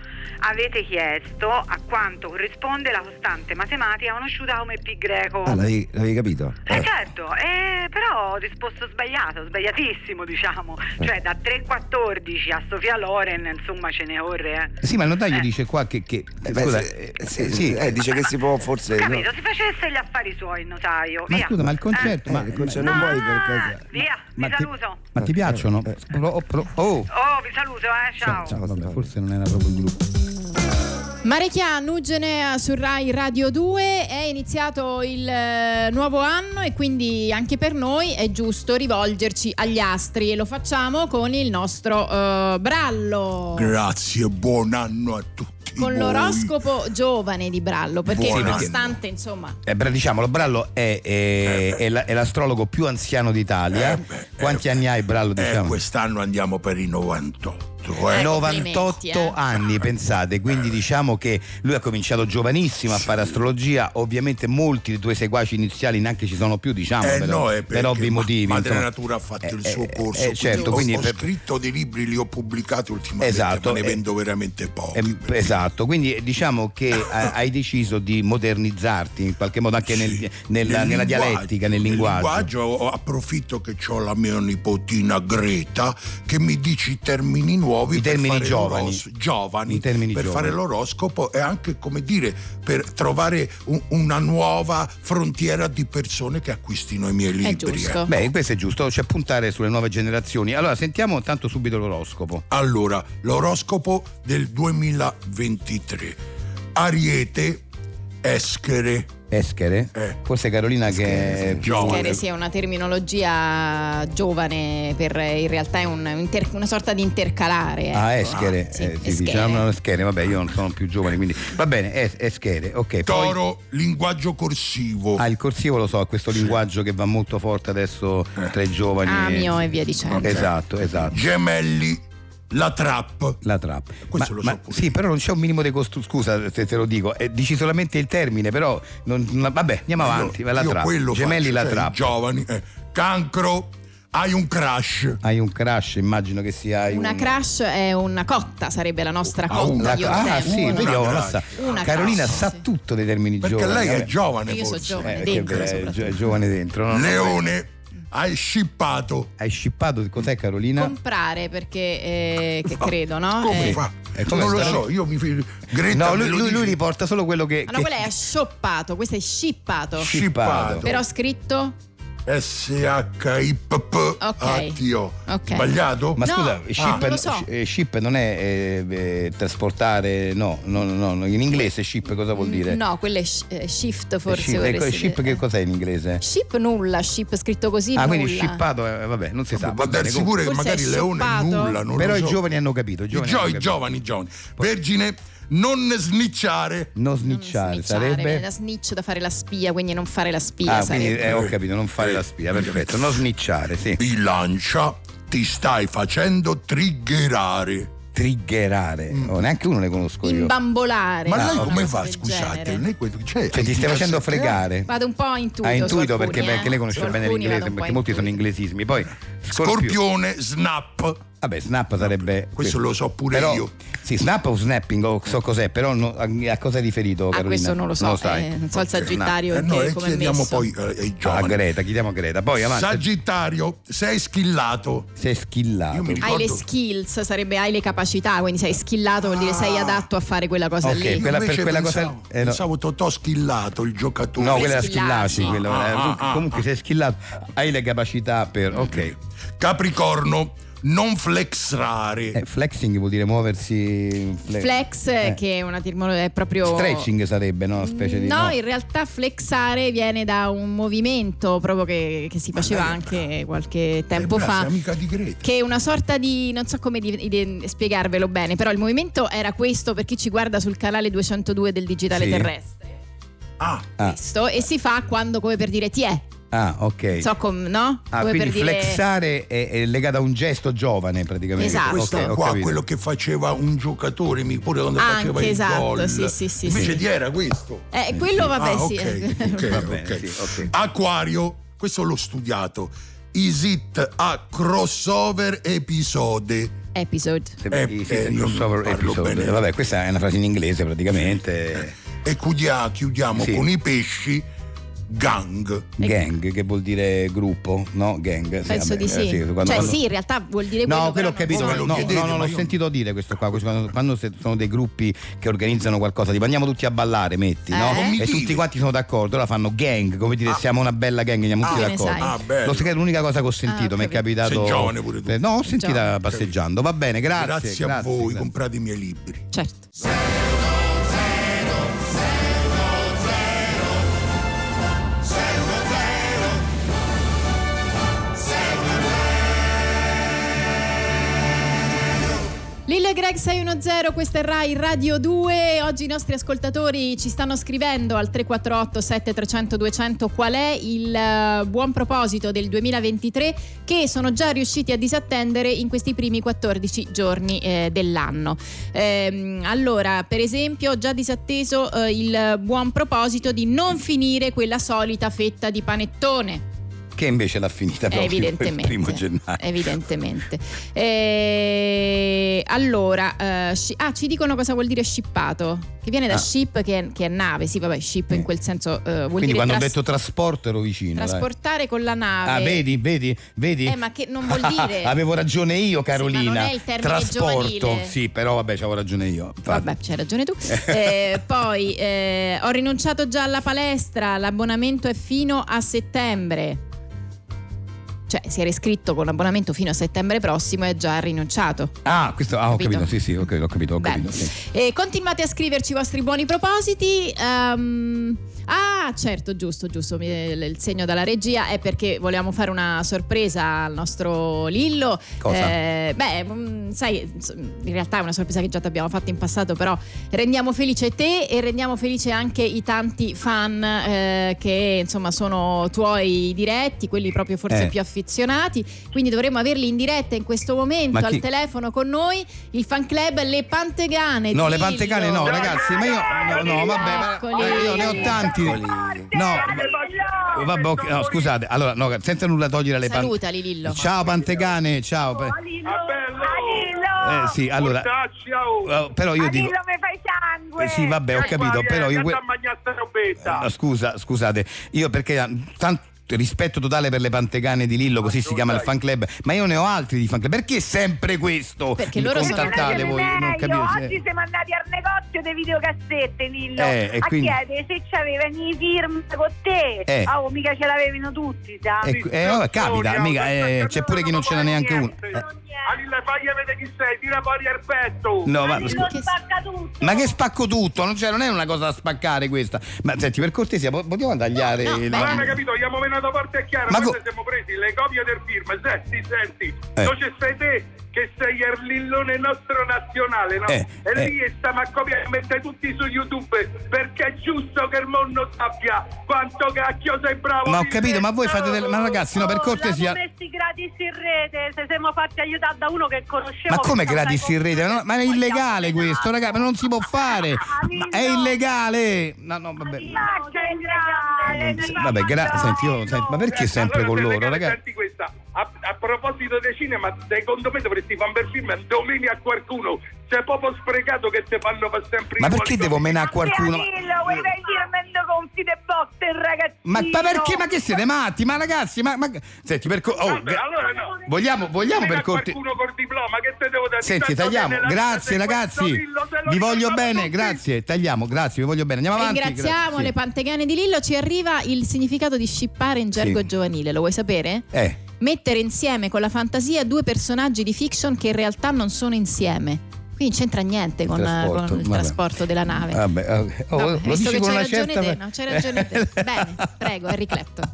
S8: Avete chiesto a quanto corrisponde la costante matematica conosciuta come pi greco.
S5: Ah, l'avevi, l'avevi capito?
S8: Eh certo, eh, però ho risposto sbagliato, sbagliatissimo diciamo,
S4: Eh.
S8: cioè da 3.14 a Sofia Loren insomma ce ne corre eh.
S4: Sì, ma il notaio
S8: Eh.
S4: dice qua che. che-
S5: Eh, beh,
S4: scusa,
S5: se-
S4: eh,
S5: sì,
S4: sì.
S5: eh, dice che si può
S8: Ho
S5: forse... no.
S8: Capito, si facesse gli affari suoi il notaio,
S4: Ma
S8: via.
S4: scusa, ma il concerto.
S5: Eh,
S4: ma,
S5: il concerto
S8: Eh,
S5: non
S8: no,
S5: vuoi per Eh, casa.
S8: Via,
S4: ma
S8: vi
S4: ti-
S8: saluto.
S4: ma ti piacciono? Pro- pro- oh!
S8: Oh, vi saluto, eh, ciao.
S4: Ciao, vabbè,
S5: Stefano.
S4: forse non era proprio il gruppo.
S3: Marechia Nugenea su Rai Radio 2 è iniziato il eh, nuovo anno e quindi anche per noi è giusto rivolgerci agli astri e lo facciamo con il nostro eh, Brallo
S9: Grazie, buon anno a tutti.
S3: con
S9: voi.
S3: l'oroscopo giovane di Brallo perché
S9: Buon anno.
S3: nonostante insomma
S4: Eh, però, diciamolo, Brallo è, è- è la- è l'astrologo più anziano d'Italia.
S9: Eh, beh,
S4: Quanti
S9: eh,
S4: anni hai, Brallo?
S9: Eh,
S4: Diciamo?
S9: quest'anno andiamo per i 98. 98, eh.
S3: Eh, complimenti,
S4: 98
S3: eh.
S4: anni, pensate, quindi diciamo che lui ha cominciato giovanissimo a fare astrologia, ovviamente molti dei tuoi seguaci iniziali neanche ci sono più, diciamo,
S9: Eh,
S4: per,
S9: no, è
S4: per
S9: perché
S4: ovvi
S9: ma-
S4: motivi.
S9: Madre
S4: insomma.
S9: Natura ha fatto
S4: Eh,
S9: il suo
S4: eh,
S9: corso.
S4: eh, certo,
S9: ho,
S4: quindi
S9: ho
S4: per-
S9: scritto dei libri, li ho pubblicati ultimamente,
S4: Esatto,
S9: ma ne
S4: eh,
S9: vendo veramente pochi.
S4: Ehm, esatto, quindi eh, diciamo che eh, hai deciso di modernizzarti in qualche modo anche nel-
S9: Sì,
S4: nella,
S9: nel
S4: nella
S9: linguaggio,
S4: dialettica, nel linguaggio.
S9: ho- approfitto che ho la mia nipotina Greta che mi dice i termini nuovi
S4: I
S9: per
S4: termini
S9: fare
S4: giovani.
S9: l'oros- giovani,
S4: I termini
S9: per
S4: giovani.
S9: fare l'oroscopo e anche come dire per trovare un- una nuova frontiera di persone che acquistino i miei libri.
S3: giusto.
S9: eh.
S4: Beh, questo è giusto, cioè puntare sulle nuove generazioni. Allora, sentiamo tanto subito l'oroscopo.
S9: Allora, l'oroscopo del 2023. Ariete, Eschere.
S4: Eschere?
S9: Eh.
S4: Forse Carolina che è più
S9: Giovane.
S3: Schere, sì, è una terminologia giovane, per, eh, in realtà è un- un inter- una sorta di intercalare. Ecco.
S4: Ah, Eschere,
S3: Sì,
S4: eh, si
S3: Eschere.
S4: dice, ah, no, Eschere, vabbè, io non sono più giovane, quindi va bene, es- Eschere, ok. poi-
S9: Toro, linguaggio corsivo.
S4: Ah, il corsivo lo so, ha questo linguaggio che va molto forte adesso
S9: Eh.
S4: tra i giovani.
S3: Amio Ah, e via dicendo.
S4: Esatto, esatto.
S9: Gemelli, la trap.
S4: La trappa.
S9: Questo lo so pure
S4: sì,
S9: io.
S4: però non c'è un minimo di costruzione. Scusa se te lo dico, eh, dici solamente il termine, però non- non- vabbè, andiamo avanti.
S9: Eh, Io-
S4: la
S9: io
S4: trappa.
S9: quello
S4: Gemelli
S9: faccio,
S4: la
S9: cioè, i
S4: trappa.
S9: Giovani, eh. cancro, hai un crash.
S4: Hai un crash, immagino che sia hai
S3: Una
S4: un-
S3: crash è una cotta, sarebbe la nostra
S9: Ah,
S3: cotta.
S9: una-
S4: La-
S3: io
S4: Mm. ah,
S3: ritengo.
S4: sì,
S9: una
S4: vedi, oh, la
S9: crash.
S4: sa-
S3: Una
S4: Carolina
S3: crash,
S4: sa
S3: sì.
S4: tutto dei termini
S9: Perché
S4: giovani.
S9: lei è
S4: vabbè.
S9: giovane.
S3: Io sono
S9: forse.
S3: giovane,
S4: Eh,
S3: dentro
S4: che- eh,
S3: soprattutto.
S4: gio- giovane dentro. no?
S9: Leone, hai scippato.
S4: Hai scippato, cos'è Carolina?
S3: Comprare perché, eh, che credo, no?
S9: Come
S3: Eh,
S9: fa?
S4: eh, come
S9: non lo
S4: sta-
S9: so, io mi fido. Greta
S4: No,
S9: me
S4: lui,
S9: lo
S4: lui,
S9: dice.
S4: lui riporta solo quello che.
S3: ah, no,
S4: che-
S3: quello è scioppato, questo è scippato.
S9: Sci-
S4: scippato.
S3: Però scritto
S9: S-H-I-P-P.
S3: Ok.
S9: Attio.
S3: Ok.
S9: Sbagliato?
S4: Ma
S3: No,
S4: scusa,
S3: non
S4: ship,
S3: lo
S4: è-
S3: so.
S4: eh, ship non è eh, eh, trasportare, no, no, no, no, in inglese ship cosa vuol dire?
S3: Mm, No, quello è sh- eh, shift
S4: Eh,
S3: forse.
S4: ship, eh,
S3: vorresti
S4: ship
S3: dire.
S4: che cos'è in inglese?
S3: Ship nulla, ship scritto così
S4: ah,
S3: nulla.
S4: quindi shippato, eh, vabbè, non si sa.
S9: Può
S4: va bene,
S9: darsi
S4: comunque.
S9: pure che
S3: Forse
S9: magari
S3: è
S9: Leone è
S3: scippato.
S9: nulla. Non
S4: Però
S9: lo
S4: i
S9: so.
S4: giovani hanno capito, i
S9: I
S4: giovani,
S9: gio-
S4: hanno
S9: i
S4: capito.
S9: giovani, i giovani. Vergine, non snicciare.
S4: Non
S3: Non
S4: snitchare,
S3: snitchare,
S4: sarebbe
S3: viene da snitch da fare la spia, quindi non fare la spia.
S4: Ah,
S3: sarebbe.
S4: quindi eh, ho capito, non fare la spia, perfetto, non snicciare, sì.
S9: Bilancia, ti stai facendo triggerare. Mm.
S4: Triggerare. Oh, neanche uno ne conosco io.
S3: Imbambolare.
S9: Ma lei
S3: una
S9: come
S3: cosa
S9: fa?
S3: Ah, del
S9: Scusate,
S3: genere.
S9: lei que- cioè,
S4: Cioè, ti stai facendo fregare.
S3: Vado un po' a intuito.
S4: Ah,
S3: su
S4: intuito
S3: alcuni,
S4: perché,
S3: eh.
S4: perché lei conosce
S3: Su
S4: bene
S3: alcuni
S4: l'inglese,
S3: vado un po'
S4: perché
S3: a
S4: molti sono
S3: intuito.
S4: inglesismi. Poi scorpione.
S9: Scorpione, snap.
S4: Vabbè, snap sarebbe.
S9: Questo lo so pure
S4: Però-
S9: io.
S4: Sì, snap o snapping, o so cos'è, però no- a, a cosa è riferito?
S3: Ah,
S4: Carolina?
S3: questo non lo so,
S4: sai.
S3: eh, non so il sagittario
S9: Eh,
S3: che-
S9: noi
S3: come è
S9: chiediamo
S3: messo.
S9: poi eh, ai
S4: A
S9: giovani.
S4: Ah, Greta, chiediamo a Greta. Poi avanti.
S9: Sagittario, sei schillato.
S4: sei schillato.
S9: Io mi ricordo-
S3: Hai le skills, sarebbe hai le capacità, quindi sei schillato vuol dire sei adatto a fare quella cosa
S4: Ok,
S3: lì.
S9: Io
S4: quella- per
S9: invece
S4: quella cosa-
S9: pensavo,
S4: eh, no.
S9: pensavo Totò schillato, il giocatore.
S4: No, quella era
S3: schillaci.
S4: schillaci. quello,
S9: Ah,
S4: eh,
S9: ah, ah,
S4: comunque
S9: ah.
S4: sei schillato, hai le capacità per. Oh, Ok.
S9: Capricorno, non flexrare.
S4: Eh, flexing vuol dire muoversi. fle-
S3: Flex,
S4: eh.
S3: che è una terminologia, è proprio...
S4: Stretching sarebbe, no? Una specie di.
S3: No, in realtà flexare viene da un movimento proprio che, che si faceva
S9: lei è
S3: anche qualche tempo
S9: Eh, brava,
S3: fa.
S9: sei amica di Greta.
S3: Che è una sorta di. non so come di- di- spiegarvelo bene, però il movimento era questo per chi ci guarda sul canale 202 del digitale
S4: Sì.
S3: terrestre.
S9: Ah,
S4: Ah.
S3: Questo, e si fa quando, come per dire, ti è.
S4: Ah, ok.
S3: So com- no?
S4: Ah,
S3: come per
S4: quindi
S3: dire.
S4: flexare è, è legato a un gesto giovane praticamente.
S3: Esatto.
S9: questo
S4: Ok, ho
S9: qua,
S4: capito.
S9: quello che faceva un giocatore, mi pure quando
S3: Anche,
S9: faceva il
S3: esatto,
S9: gol.
S3: sì, sì, sì,
S9: Invece
S3: sì.
S9: di era questo.
S3: Eh, quello vabbè,
S9: ah,
S3: sì.
S9: ok, ok,
S4: Va bene,
S9: ok.
S4: sì, ok.
S9: Acquario, questo l'ho studiato. Isit a crossover episode.
S3: Episode.
S9: Eh,
S4: Sì, sì,
S9: eh, io
S4: crossover
S9: parlo
S4: episode.
S9: bene.
S4: Vabbè, questa è una frase in inglese praticamente.
S9: E chiudia- chiudiamo
S4: Sì.
S9: con i pesci gang.
S4: Gang, che vuol dire gruppo, no? Gang. sì,
S3: Penso
S4: vabbè,
S3: di sì.
S4: eh, quando-
S3: cioè,
S4: quando-
S3: sì, in realtà vuol dire quello.
S4: No, quello ho
S3: però
S4: capito,
S3: non
S9: so.
S4: no,
S9: Me
S4: no,
S9: lo chiedete,
S4: no, no,
S9: ma
S4: l'ho
S9: io-
S4: sentito dire questo qua, questo quando, quando se- sono dei gruppi che organizzano qualcosa, tipo andiamo tutti a ballare, metti, no?
S3: Eh? Non mi
S4: E
S9: dire.
S4: tutti quanti sono d'accordo, la fanno gang, come dire siamo una bella gang, andiamo tutti
S3: Ah, che ne
S4: d'accordo.
S3: sai?
S9: Ah, bello.
S4: Lo sai che è l'unica cosa che ho sentito,
S3: Ah, ho
S4: mi è
S3: capito.
S4: capitato...
S9: Sei giovane pure tu.
S4: Eh, No, ho sentita
S3: Giovane.
S4: passeggiando, va bene, grazie.
S9: grazie, a
S4: grazie,
S9: voi,
S4: grazie.
S9: comprate i miei libri.
S3: Certo. Lille Greg 610, questa è Rai Radio 2. Oggi i nostri ascoltatori ci stanno scrivendo al 348 7300 200 qual è il eh, buon proposito del 2023 che sono già riusciti a disattendere in questi primi 14 giorni eh, dell'anno. Ehm, allora, per esempio, ho già disatteso eh, il buon proposito di non finire quella solita fetta di panettone.
S4: Che invece l'ha finita proprio
S3: Evidentemente.
S4: il primo gennaio.
S3: Evidentemente. Eh, allora, eh, sci- ah, ci dicono cosa vuol dire shippato, che viene da
S4: Ah.
S3: ship, che è, che è nave, sì, vabbè, ship in quel senso eh, vuol
S4: Quindi
S3: dire
S4: quando ho
S3: tras-
S4: detto trasporto ero vicino. dai.
S3: trasportare con la nave.
S4: Ah, vedi, vedi, vedi.
S3: Eh, ma che non vuol dire.
S4: Avevo ragione io, Carolina.
S3: Sì, ma non è il termine
S4: Trasporto,
S3: giovanile.
S4: sì, però vabbè, avevo ragione io. infatti.
S3: Vabbè, c'hai ragione tu. Eh, poi eh, ho rinunciato già alla palestra, l'abbonamento è fino a settembre. Cioè, si era iscritto con l'abbonamento fino a settembre prossimo e ha già rinunciato.
S4: Ah, questo ah, ho
S3: Capito?
S4: capito. Sì, sì, ho capito, ho capito. ho
S3: Beh,
S4: capito, sì.
S3: eh, continuate a scriverci i vostri buoni propositi. ehm, ah, certo, giusto, giusto. mi- eh, Il segno dalla regia è perché volevamo fare una sorpresa al nostro Lillo.
S4: Cosa?
S3: Eh, beh, mm, sai, ins- in realtà è una sorpresa che già ti abbiamo fatto in passato, però rendiamo felice te e rendiamo felice anche i tanti fan eh, che insomma sono tuoi diretti, quelli proprio forse
S4: Eh.
S3: più affezionati. Quindi dovremmo averli in diretta in questo momento
S4: Ma
S3: al
S4: chi-
S3: telefono con noi il fan club Le Pantegane.
S4: No, le
S3: Dillo.
S4: pantegane no, ragazzi, ma io. No, no, vabbè, ma-
S3: Eccoli.
S4: ma io ne ho tanti.
S5: Eccoli.
S4: No, vabbè, ok, no, scusate, allora, no, senza nulla togliere le pan-
S3: Salutali, Lillo.
S4: Ciao Pantegane, ciao. Eh
S7: Ah,
S2: Alillo!
S4: sì, allora.
S7: oh!
S4: eh, Però io dico.
S2: Alillo mi fai sangue!
S4: Eh, sì, vabbè, ho capito, però io. que- Eh, scusa, scusate, io perché ah, tanto rispetto totale per le pantegane di Lillo, così si chiama il fan club, ma io ne ho altri di fan club. Perché sempre questo?
S3: Perché
S4: Mi
S3: loro sono-
S4: contattate oh, voi, non capisco.
S2: Io oggi siamo andati al negozio dei videocassette, Lillo,
S4: Eh, e
S2: a
S4: quindi-
S2: chiedere se c'avevano i film con te.
S4: Eh.
S2: Oh, mica ce l'avevano tutti, sa.
S4: Eh, eh, vabbè, capita, mica, eh, c'è pure chi non ce n'ha neanche uno. Eh,
S7: Alilla, fagli vedere chi sei, tira fuori al petto.
S4: no, ma,
S2: Alillo
S4: scusa.
S2: spacca tutto.
S4: Ma che spacco tutto, non, cioè, non è una cosa da spaccare questa. Ma senti, per cortesia, po- possiamo tagliare
S3: No, no,
S4: il-
S3: beh. eh,
S7: Non hai capito, abbiamo venato a parte chiara,
S4: Ma
S7: ma
S4: co-
S7: siamo presi le copie del film, senti, senti,
S4: Eh.
S7: non c'è sei te che sei il lillone nostro nazionale, no?
S4: Eh,
S7: e
S4: eh.
S7: lì stiamo a copiare e mettere tutti su YouTube, perché è giusto che il mondo sappia quanto cacchio sei bravo.
S4: Ma ho
S7: Lillo.
S4: capito, ma voi fate delle- ma ragazzi, no, per
S2: Oh,
S4: cortesia.
S2: l'abbiamo messi gratis in rete, se siamo fatti aiutare da uno che conoscevo.
S4: Ma come
S2: che non
S4: gratis
S2: sai
S4: in rete? Ma, no, ma è
S2: vogliamo
S4: illegale
S2: fare
S4: questo,
S2: altro.
S4: raga, ma non si può fare.
S3: Ah,
S4: Ma è
S2: Alillo.
S4: illegale. No, no, vabbè. Mm,
S2: Ma che
S3: Eh,
S2: illegale,
S4: Sì,
S2: mi
S4: Vabbè,
S2: fa
S4: gra-
S2: male.
S4: senti, io- senti, ma perché
S7: Eh,
S4: sempre
S7: allora,
S4: con
S7: per
S4: loro,
S7: legare,
S4: ragazzi?
S7: senti questa, a, a proposito del cinema, secondo me dovresti fare un bel film e domini a qualcuno. Sei proprio sprecato che ti fanno per sempre i
S4: Ma perché
S7: soliti-
S4: devo menare a qualcuno?
S2: Ma che Alillo, vuoi venire mendo con fide botte il ragazzino?
S4: Ma, ma perché? Ma che siete matti? Ma ragazzi, ma, ma- senti, per co- oh,
S7: Vabbè,
S4: gra-
S7: allora no.
S4: vogliamo, vogliamo
S7: Mena
S4: per cortesia.
S7: qualcuno col diploma, che te devo dare?
S4: Senti,
S7: Tanto
S4: tagliamo.
S7: nella vita
S4: Grazie
S7: sei questo
S4: ragazzi.
S7: Lillo, te lo
S4: Vi
S7: dico
S4: voglio
S7: proprio
S4: bene,
S7: così.
S4: grazie. Tagliamo, grazie, vi voglio bene. Andiamo avanti.
S3: Ringraziamo
S4: grazie.
S3: le pantegane di Lillo. Ci arriva il significato di scippare in gergo
S4: Sì.
S3: giovanile, lo vuoi sapere?
S4: Eh,
S3: Mettere insieme con la fantasia due personaggi di fiction che in realtà non sono insieme. Quindi non c'entra niente con con il trasporto,
S4: vabbè.
S3: della nave.
S4: Vabbè, ok. Oh,
S3: Vabbè,
S4: lo
S3: visto
S4: dici
S3: che
S4: con
S3: c'hai
S4: una
S3: ragione
S4: certa
S3: te, no, c'hai ragione te. Bene, prego, Harry Clapton.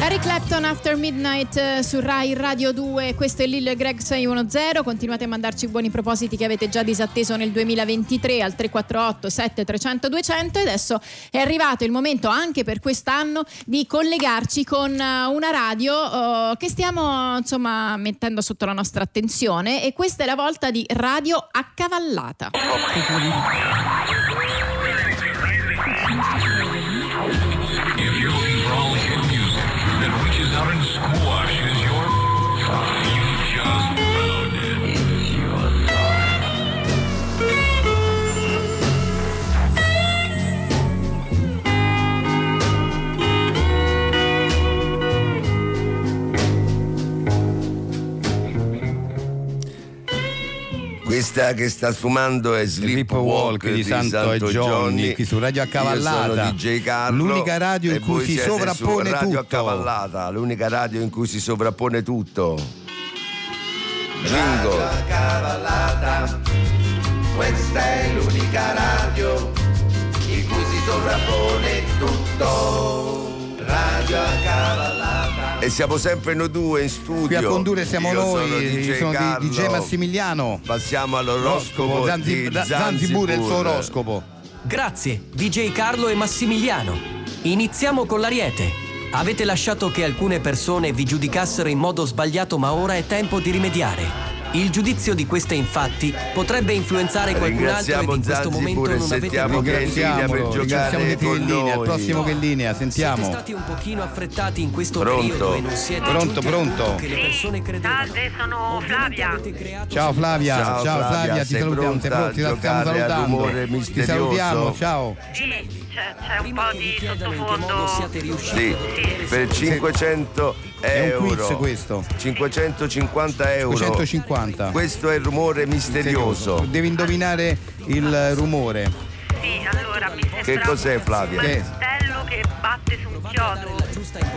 S3: Harry Clapton After Midnight eh, su Rai Radio 2, questo è Lil Greg 610, continuate a mandarci i buoni propositi che avete già disatteso nel 2023 al 348 7300 200 e adesso è arrivato il momento anche per quest'anno di collegarci con eh, una radio eh, che stiamo insomma mettendo sotto la nostra attenzione e questa è la volta di Radio Accavallata.
S5: Questa che sta sfumando è Sleep Walk di Santo, e Johnny
S4: qui su Radio Accavallata.
S5: Io sono DJ Carlo
S4: L'unica radio in
S5: e
S4: cui
S5: voi
S4: si
S5: siete
S4: sovrappone
S5: su Radio
S4: tutto.
S5: Accavallata, l'unica radio in cui si sovrappone tutto. Jingle. E siamo sempre noi due in studio.
S4: Qui a condurre siamo
S5: Io
S4: noi,
S5: sono DJ
S4: sono di-
S5: Carlo.
S4: DJ Massimiliano.
S5: Passiamo all'oroscopo.
S4: Zanzi-
S5: di
S4: da- Zanzibur è il suo oroscopo.
S10: Grazie, DJ Carlo e Massimiliano. Iniziamo con l'Ariete. Avete lasciato che alcune persone vi giudicassero in modo sbagliato, ma ora è tempo di rimediare. Il giudizio di queste, infatti, potrebbe influenzare qualcun altro ed
S5: Ringraziamo
S10: in questo
S5: Zanzi
S10: momento
S5: pure,
S10: non avete
S5: sentiamo
S10: più
S5: che è in linea per
S4: Ringraziamolo, ringraziamo
S5: giocare
S4: che ti è
S5: con
S4: in linea, il
S5: noi.
S4: prossimo che è in linea,
S10: Siete
S4: sentiamo.
S10: stati un pochino affrettati in questo
S5: Pronto?
S10: periodo e non siete
S4: Pronto,
S10: giunti al
S4: pronto.
S10: punto che le persone credevano.
S11: salve, sono Flavia.
S10: Avete creato-
S4: Ciao Flavia, ciao, Flavia, ti
S5: sei
S4: salutiamo, sei
S5: pronta a
S4: pronti, ti stiamo
S5: giocare al
S4: salutando.
S5: rumore
S4: Ti
S5: misterioso?
S4: salutiamo, ciao.
S11: Sì, c'è, c'è un
S10: Prima
S11: po'
S10: che vi
S11: di
S10: chiedano in che modo
S11: sottofondo.
S10: siete riusciti
S5: Sì, per 500
S4: È un
S5: euro.
S4: quiz questo.
S5: 550 euro.
S4: 250.
S5: Questo è il rumore misterioso.
S4: Devi indovinare il rumore.
S11: Sì, allora mi sembra
S5: Che cos'è Flavia?
S4: Che-
S11: un martello che batte su un chiodo.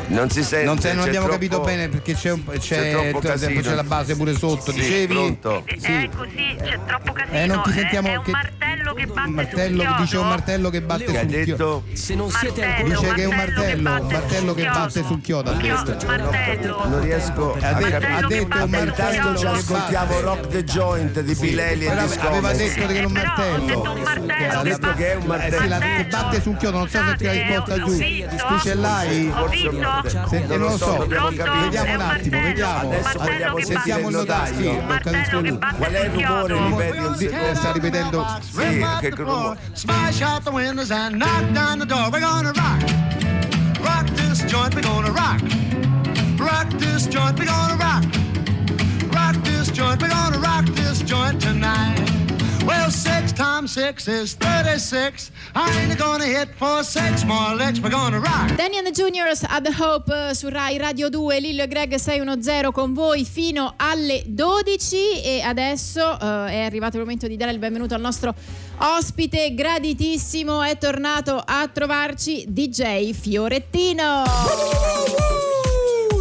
S5: Non si sente.
S4: Non, se- non
S5: c'è
S4: abbiamo
S5: troppo-
S4: capito bene perché c'è, un- c'è,
S5: c'è troppo
S4: c'è-
S5: casino.
S4: c'è la base pure sotto,
S5: Sì,
S4: dicevi?
S5: pronto.
S4: Sì.
S11: È Eh, così, c'è troppo casino.
S4: Eh, non ti sentiamo
S11: è, è un
S4: che-
S11: martello che batte
S4: Un
S11: sul
S4: martello,
S11: chiodo.
S4: dice un martello che batte
S5: Che ha
S4: sul chiodo.
S5: detto?
S10: Se non siete
S11: Martello,
S10: ancora
S4: Dice che è un martello,
S11: martello che batte
S4: martello che
S11: sul
S4: batte
S11: chiodo.
S4: sul chiodo. ha
S11: Chiodo,
S4: detto.
S11: martello.
S5: Non riesco a
S4: Ha detto,
S5: capire.
S4: ha
S11: Martello che
S4: detto è un
S11: batte sul
S4: martello
S11: chiodo.
S4: che
S5: Intanto ci ascoltiamo
S4: batte.
S5: Rock the Joint di Pilelli e
S4: Però
S5: di
S4: aveva
S5: Scommessi.
S4: detto che era un
S11: Eh, però ho
S4: martello.
S11: detto un martello
S4: Ha
S11: che
S4: detto
S11: batte-
S4: che è un martello. Eh sì, la- che
S11: martello.
S4: batte sul chiodo, non so se ti la
S11: Scusate,
S4: risposta
S11: ho
S4: giù.
S11: visto.
S4: Tu ce l'hai?
S11: Ho visto.
S4: Se-
S10: Non
S4: non lo
S5: lo so,
S4: so,
S5: dobbiamo
S11: Pronto?
S5: capire.
S4: vediamo
S11: È
S4: un
S11: un
S4: attimo,
S11: martello,
S4: vediamo.
S11: un
S5: Adesso
S11: martello
S5: vogliamo
S11: che batte
S5: sentire
S4: Sentiamo
S5: il
S4: il
S11: sul
S4: notaio.
S5: notaio.
S4: Sì, lo
S11: Martello che batte
S5: Qual è il
S11: sul
S5: rumore?
S11: chiodo.
S5: Ripeti un secondo.
S4: eh, Sta ripetendo.
S5: Sì, che rumore.
S12: Smash out the windows and knock down the door. We're gonna rock. Rock this joint, we're gonna rock. Rock this joint, we're gonna rock. Rock this joint, we're gonna rock this joint tonight. Well, six times six is 36. I ain't gonna hit for six more licks. We're gonna rock.
S3: Danny and the Juniors at the Hope eh, su Rai Radio 2, Lillo e Greg 610 con voi fino alle 12 e adesso eh, è arrivato il momento di dare il benvenuto al nostro ospite graditissimo, è tornato a trovarci DJ Fiorettino.
S13: Uh,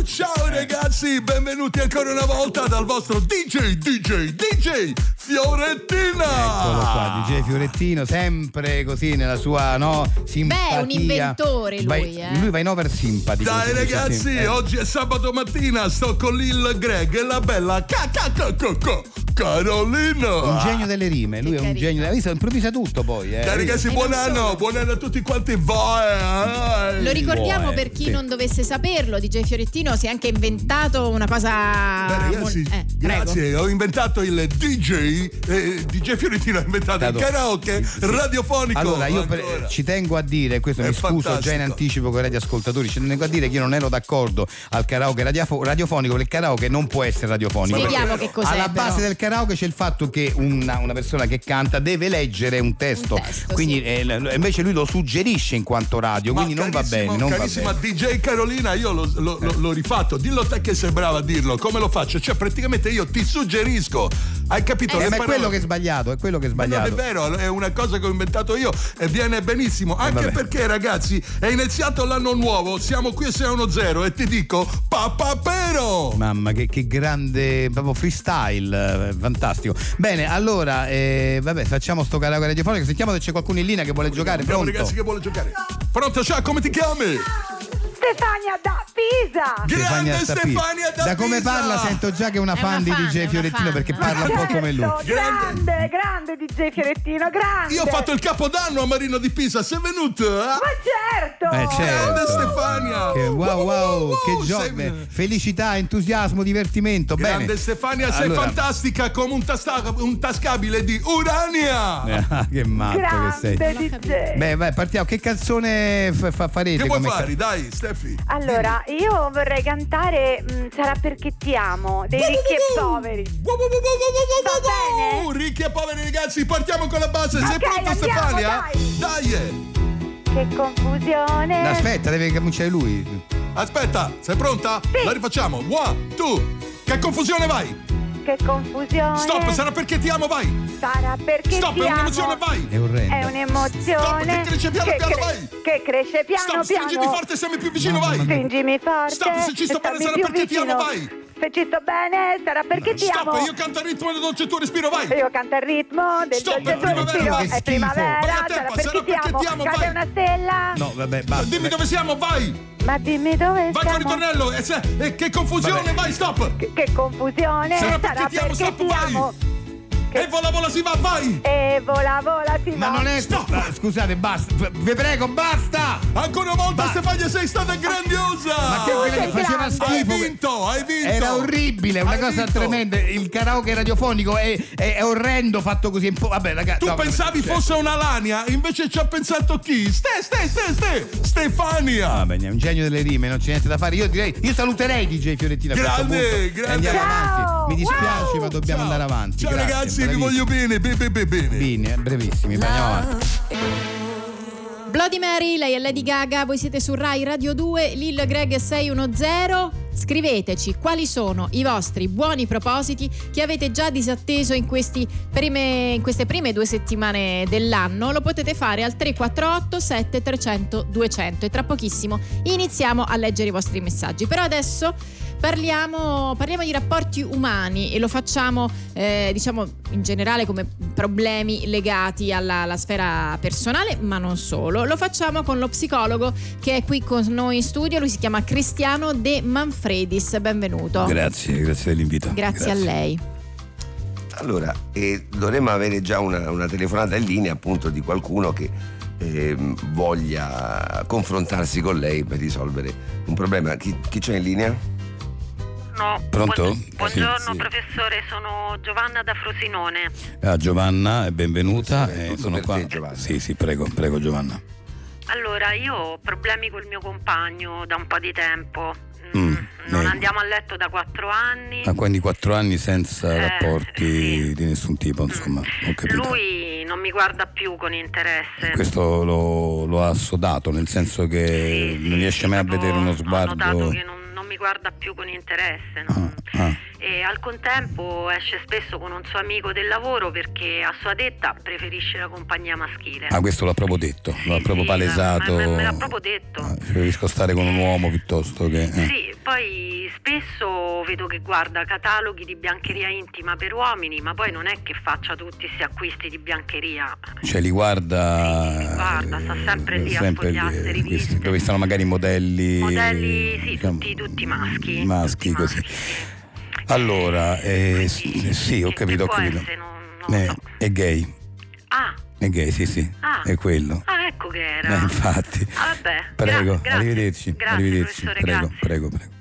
S13: Ciao ragazzi, benvenuti ancora una volta dal vostro DJ, DJ, DJ
S4: Eccolo
S13: Fiorentina.
S4: qua, DJ Fiorettino, sempre così nella sua no, simpatia.
S3: Beh, è un inventore lui,
S4: Vai-
S3: eh.
S4: Lui va in over simpatico.
S13: Dai
S4: si dice, sì.
S13: ragazzi,
S4: Eh,
S13: oggi è sabato mattina, sto con Lil Greg e la bella ca- ca- ca- ca- ca-
S4: Un
S13: Carolina.
S4: genio delle rime, lui è un
S3: carino.
S4: genio. Hai visto? Improvvisa tutto poi. Eh.
S13: Dai ragazzi, buon anno, buon anno a tutti quanti voi.
S3: Lo ricordiamo
S4: Buono,
S3: per chi
S4: sì.
S3: non dovesse saperlo, DJ Fiorettino si è anche inventato una cosa...
S13: Beh, ragazzi,
S3: mol- eh, prego.
S13: grazie, ho inventato il DJ, eh, DJ Fiorentino ha inventato il
S4: Dato.
S13: karaoke radiofonico.
S4: Allora, io per-
S13: Ancora.
S4: ci tengo a dire, questo
S13: È
S4: mi scuso già in
S13: fantastico.
S4: anticipo con i radioascoltatori, ci tengo a dire che io non ero d'accordo al karaoke radiofo- radiofonico, perché il karaoke non può essere radiofonico.
S3: Spieghiamo che cos'è.
S4: Alla base
S3: però.
S4: del karaoke c'è il fatto che una, una persona che canta deve leggere un testo,
S3: Un testo,
S4: quindi
S3: sì.
S4: eh, l- invece lui lo suggerisce in quanto radio,
S13: Ma
S4: quindi non va
S13: carissimo,
S4: bene. Non va
S13: carissima
S4: bene.
S13: DJ Carolina, io lo- lo- lo- l'ho rifatto. Dillo te che sei brava a dirlo. Come lo faccio? Cioè, praticamente io ti suggerisco. Hai capito?
S4: Eh,
S13: le
S4: ma è
S13: parole-
S4: quello che è sbagliato, è quello che è
S13: Ma Non è
S4: sbagliato.
S13: vero, è una cosa che ho inventato io e viene benissimo. Anche
S4: Eh, vabbè.
S13: perché, ragazzi, è iniziato l'anno nuovo. Siamo qui e sei uno zero e ti dico papapero!
S4: Mamma, che, che grande proprio freestyle, eh, fantastico. Bene, allora, eh, vabbè, facciamo sto karaoke radiofonico. Sentiamo se c'è qualcuno in linea che vuole giocare.
S13: Abbiamo
S4: Pronto?
S13: ragazzi che vuole giocare. Pronto, ciao, come ti chiami?
S8: Stefania da Pisa.
S13: Grande
S4: Stappi.
S13: Stefania da
S4: Da come
S13: Pisa!
S4: parla sento già che è una
S3: È
S4: fan
S3: una
S4: di
S3: fan, è
S4: DJ
S3: una
S4: Fiorettino
S3: fan.
S4: perché parla un po' come lui.
S13: Grande.
S8: Certo, Grande, grande DJ Fiorettino, grande.
S13: Io ho fatto il capodanno a Marino di Pisa, sei venuto? eh?
S8: Ma certo.
S4: Eh,
S13: Grande
S4: certo.
S13: Stefania!
S4: Che wow wow, che
S13: sei-
S4: gioia, felicità, entusiasmo, divertimento.
S13: Grande
S4: Bene.
S13: Stefania, sei
S4: Allora-
S13: fantastica come un, tasta- un tascabile di Urania!
S4: Ah, che matto che sei.
S8: Grande DJ.
S4: Beh, vai, partiamo. Che canzone fa- fa- farete?
S13: Che vuoi
S4: come ca-
S13: fare? Dai, Steffi!
S8: Allora, io vorrei cantare mm, Sarà perché ti amo, dei ricchi e poveri.
S13: Wow, wow, wow, wow, wow, wow,
S8: Va
S13: wow. Ricchi e poveri ragazzi, partiamo con la base. Sei
S8: Ok,
S13: pronta
S8: andiamo,
S13: Stefania? Dai! eh.
S8: Che confusione.
S4: Aspetta, deve cominciare lui.
S13: Aspetta, sei pronta?
S8: Sì.
S13: La rifacciamo. One, two. Che confusione vai!
S8: Che confusione.
S13: Stop, sarà perché ti amo, vai!
S8: Sarà perché
S13: Stop,
S8: ti
S13: è
S8: amo.
S13: un'emozione, vai!
S4: È orrendo.
S8: È un'emozione.
S13: Stop, che cresce piano,
S8: che
S13: piano, vai.
S8: Che cresce piano
S13: Stop,
S8: piano.
S13: stringimi forte, siamo più vicino, vai!
S8: Stringimi forte.
S13: Stop, se ci sto
S8: e
S13: bene,
S8: stammi
S13: sarà
S8: più
S13: perché ti amo,
S8: vicino.
S13: vai!
S2: Se ci sto bene, sarà perché ti
S13: Stop,
S2: amo.
S13: io canto il ritmo del dolce tuo respiro, vai!
S2: Io canto al ritmo del
S13: Stop,
S2: dolce
S13: è
S2: tuo respiro.
S13: primavera.
S2: È
S13: Che
S2: primavera,
S13: schifo. Vai a
S2: sarà
S13: tempo,
S2: perché
S13: sarà
S2: ti
S13: perché
S2: amo.
S13: ti amo,
S2: Cade
S13: vai. Eh,
S2: una stella.
S4: No, vabbè, basta.
S13: Dimmi dove siamo, vai!
S2: Ma dimmi dove
S13: Vai
S2: siamo.
S13: con il ritornello! E se- e che confusione, vai, stop!
S2: Che, che confusione.
S13: Sarà perché ti amo, stop,
S2: ti
S13: vai.
S2: amo.
S13: E vola vola si va, vai!
S2: E vola vola ti
S4: Ma
S2: va.
S4: non è. Ma Scusate, basta. F- Vi prego, basta!
S13: Ancora una volta,
S4: Va.
S13: Stefania, sei stata grandiosa!
S4: Ma che
S2: Oh,
S4: quella che faceva
S13: Hai
S4: schifo.
S13: vinto, hai vinto!
S4: Era orribile, una
S13: Hai
S4: cosa
S13: vinto.
S4: tremenda. Il karaoke radiofonico è, è- è orrendo fatto così. è un po'- Vabbè, cioè, ragazzi.
S13: Tu pensavi fosse una lania, invece ci ha pensato chi? Ste, ste, ste, ste! Stefania!
S4: Vabbè, è un genio delle rime, non c'è niente da fare. Io direi, io saluterei DJ Fiorentina. a questo
S13: Grande,
S4: punto, e
S13: grande.
S4: Andiamo
S2: Ciao,
S4: avanti. Mi dispiace,
S2: wow.
S4: ma dobbiamo andare avanti.
S13: Ciao
S4: Grazie,
S13: ragazzi, vi
S4: bravissimi.
S13: voglio bene, bene, bene, bene.
S4: Bene, brevissimi, vai, andiamo avanti.
S3: Bloody Mary, lei è Lady Gaga, voi siete su Rai Radio 2, Lil Greg 610. Scriveteci quali sono i vostri buoni propositi che avete già disatteso in, questi prime- in queste prime due settimane dell'anno. Lo potete fare al 348 7300 200 e tra pochissimo iniziamo a leggere i vostri messaggi. Però adesso parliamo, parliamo di rapporti umani e lo facciamo eh, diciamo in generale come problemi legati alla, alla sfera personale, ma non solo. Lo facciamo con lo psicologo che è qui con noi in studio, lui si chiama Cristiano De Manfredis, benvenuto.
S4: Grazie, grazie dell'invito.
S3: Grazie, a lei.
S5: Allora, eh, dovremmo avere già una, una telefonata in linea appunto di qualcuno che ehm, voglia confrontarsi con lei per risolvere un problema. Chi, chi c'è in linea?
S14: No,
S4: Pronto?
S14: buon- buongiorno
S4: Sì, sì.
S14: professore, sono Giovanna da Frosinone.
S4: Ah, Giovanna, benvenuta. eh, sono
S5: per
S4: qua.
S5: te, Giovanna.
S4: sì, sì, prego, prego Giovanna.
S14: Allora, io ho problemi col mio compagno da un po' di tempo.
S4: Mm,
S14: Non
S4: eh.
S14: andiamo a letto da quattro anni.
S4: Ah, quindi quattro anni senza
S14: Eh,
S4: rapporti di nessun tipo, insomma, ho capito.
S14: Lui non mi guarda più con interesse.
S4: Questo lo, lo ha assodato, nel senso che non riesce mai a
S14: Proprio
S4: vedere uno
S14: Ho notato
S4: sguardo.
S14: che non, non mi guarda più con interesse. no?
S4: Ah, ah.
S14: E al contempo esce spesso con un suo amico del lavoro perché a sua detta preferisce la compagnia maschile.
S4: Ah, questo l'ha proprio detto, l'ha
S14: Sì,
S4: proprio
S14: sì,
S4: palesato.
S14: me- me l'ha proprio detto.
S4: Ah, Preferisco stare con un uomo piuttosto che. eh.
S14: Sì, poi spesso vedo che guarda cataloghi di biancheria intima per uomini, ma poi non è che faccia tutti questi acquisti di biancheria.
S4: Cioè li guarda.
S14: Sì, li guarda, sta sempre lì a sfogliarsi,
S4: eh,
S14: riviste.
S4: questi- dove stanno magari i modelli.
S14: Modelli, sì,
S4: diciamo,
S14: tutti, tutti maschi.
S4: Maschi,
S14: Tutti
S4: così. Allora, eh, s- sì, ho
S14: Che-
S4: capito, ho
S14: che può
S4: capito.
S14: essere, non- non lo
S4: Eh,
S14: so.
S4: è gay,
S14: Ah,
S4: è gay, sì, sì,
S14: ah.
S4: è quello.
S14: Ah, ecco che
S4: Eh,
S14: era.
S4: infatti.
S14: Ah, vabbè,
S4: Prego,
S14: gra- grazie.
S4: arrivederci.
S14: Grazie,
S4: arrivederci.
S14: professore,
S4: Prego,
S14: grazie.
S4: prego, prego.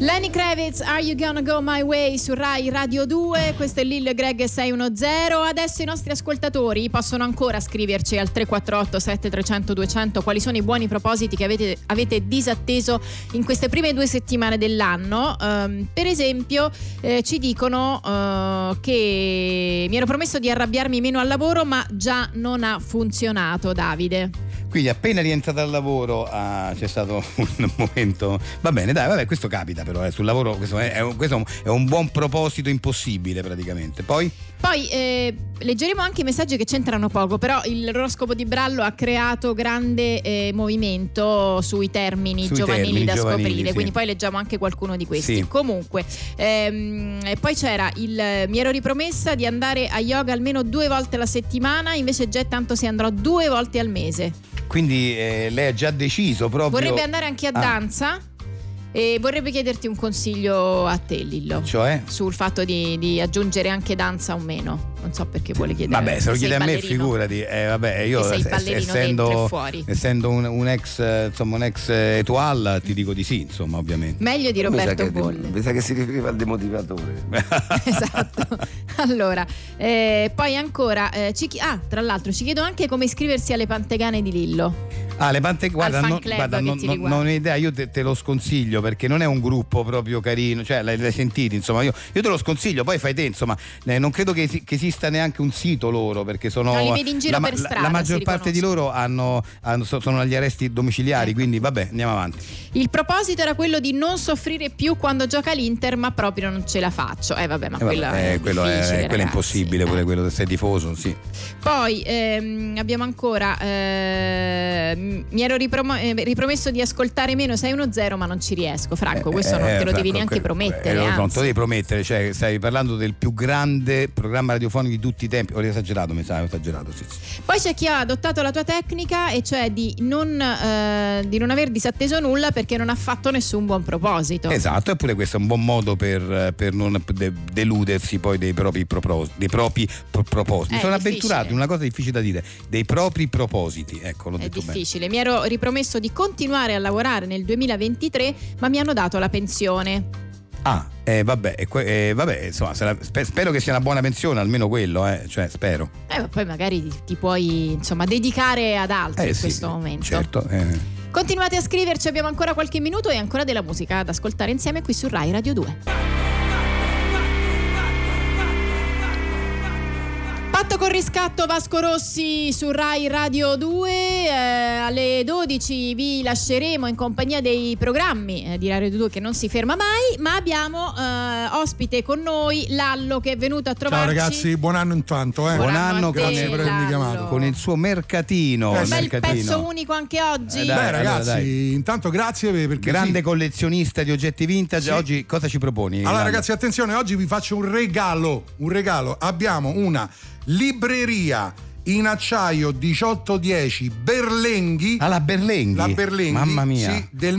S3: Lenny Kravitz, Are You Gonna Go My Way su Rai Radio 2, questo è Lil Greg 610. Adesso i nostri ascoltatori possono ancora scriverci al 348 7300 200 quali sono i buoni propositi che avete, avete disatteso in queste prime due settimane dell'anno. Ehm, per esempio eh, ci dicono eh, che mi ero promesso di arrabbiarmi meno al lavoro ma già non ha funzionato Davide.
S4: Quindi appena rientrata al lavoro ah, c'è stato un momento. Va bene, dai, vabbè, questo capita però eh, sul lavoro, questo è, è un, questo è un- è un buon proposito impossibile praticamente. Poi
S3: Poi eh, leggeremo anche i messaggi che c'entrano poco, però il roscopo di Brallo ha creato grande eh, movimento sui termini
S4: Sui
S3: giovanili
S4: termini
S3: da
S4: giovanili,
S3: scoprire,
S4: sì.
S3: quindi poi leggiamo anche qualcuno di questi.
S4: Sì.
S3: Comunque, ehm, e poi c'era il eh, mi ero ripromessa di andare a yoga almeno due volte la settimana, invece già è tanto se andrò due volte al mese.
S4: Quindi eh, lei ha già deciso proprio.
S3: Vorrebbe andare anche a
S4: Ah,
S3: danza e vorrebbe chiederti un consiglio a te, Lillo.
S4: Cioè?
S3: Sul fatto di, di aggiungere anche danza o meno. Non so perché vuole chiedere.
S4: Vabbè, se lo
S3: Sei
S4: chiede a me,
S3: ballerino.
S4: figurati. Eh, vabbè, io
S3: Che sei
S4: es-
S3: ballerino dentro e
S4: essendo,
S3: fuori.
S4: essendo un, un ex, eh, insomma, un ex eh, Etoile, ti dico di sì, insomma, ovviamente.
S3: Meglio di
S5: mi, sa
S3: Roberto
S5: che,
S3: Bolle.
S5: mi sa che si riferiva al demotivatore.
S3: esatto. Allora, eh, poi ancora, eh, ci chi- ah, tra l'altro, ci chiedo anche come iscriversi alle Pantegane di Lillo.
S4: Ah, le pante, guarda,
S3: fan
S4: non,
S3: club
S4: guarda,
S3: che
S4: non,
S3: ti
S4: non-
S3: riguarda.
S4: non ho idea, io te, te lo sconsiglio perché non è un gruppo proprio carino, cioè l'hai, l'hai sentito, insomma, io, io te lo sconsiglio, poi fai te, insomma, eh, non credo che, esi- che esista esista neanche un sito loro perché sono
S3: No, li vedi in giro
S4: la, ma-
S3: per
S4: la-
S3: strada,
S4: la
S3: si
S4: maggior parte di loro hanno- hanno- so- sono agli arresti domiciliari
S3: Ecco.
S4: quindi vabbè andiamo avanti
S3: Il proposito era quello di non soffrire più quando gioca l'Inter, ma proprio non ce la faccio. Eh vabbè, ma
S4: Eh,
S3: quella
S4: vabbè, eh, quello, è,
S3: difficile,
S4: quello è
S3: ragazzi.
S4: impossibile quello, quello se sei tifoso sì.
S3: Poi ehm, abbiamo ancora. ehm, mi ero ripromo- eh, ripromesso di ascoltare meno 610, ma non ci riesco. Franco, questo non te
S4: Eh,
S3: lo
S4: Franco,
S3: devi neanche
S4: quel- eh,
S3: promettere.
S4: lo- non
S3: anzi.
S4: te lo devi promettere, cioè, stai parlando del più grande programma radiofonico di tutti i tempi. Ho esagerato, mi sa, ho esagerato. Sì, sì.
S3: Poi c'è chi ha adottato la tua tecnica, e cioè di non, eh, di non aver disatteso nulla perché non ha fatto nessun buon proposito.
S4: Esatto, eppure questo è un buon modo per, per non de- deludersi poi dei propri, propos- dei propri pro- propositi. Mi
S3: Eh,
S4: sono
S3: difficile.
S4: avventurato in una cosa difficile da dire, dei propri propositi. Ecco, l'ho
S3: È
S4: detto bene.
S3: difficile. Mi ero ripromesso di continuare a lavorare nel 2023, ma mi hanno dato la pensione.
S4: Ah, eh, vabbè, e que- eh, vabbè, insomma, se la- spe- spero che sia una buona pensione, almeno quello, eh, cioè, spero.
S3: Eh, ma poi magari ti- ti puoi insomma dedicare ad altro
S4: Eh,
S3: in
S4: sì,
S3: questo momento.
S4: Certo. eh.
S3: Continuate a scriverci, abbiamo ancora qualche minuto e ancora della musica da ascoltare insieme qui su Rai Radio 2. Patto con riscatto Vasco Rossi su Rai Radio 2, eh, alle 12 vi lasceremo in compagnia dei programmi eh, di Radio 2 che non si ferma mai, ma abbiamo eh, ospite con noi Lallo che è venuto a
S6: Ciao
S3: trovarci.
S6: ragazzi, buon anno intanto. Eh.
S4: Buon anno,
S6: grazie
S4: con-
S6: per avermi chiamato.
S4: Con il suo mercatino.
S6: Eh,
S4: il
S6: sì.
S3: Bel
S4: mercatino.
S3: pezzo unico anche oggi.
S4: Eh, dai,
S6: Beh,
S4: allora,
S6: ragazzi,
S4: dai.
S6: intanto grazie per- perché.
S4: Grande
S6: sì.
S4: collezionista di oggetti vintage,
S6: Sì.
S4: oggi cosa ci proponi?
S6: Allora,
S4: Lando?
S6: ragazzi, attenzione, oggi vi faccio un regalo. Un regalo. Abbiamo una libreria in acciaio 1810 Berlenghi.
S4: Alla Ah, Berlenghi.
S6: La Berlenghi.
S4: Mamma mia.
S6: sì, del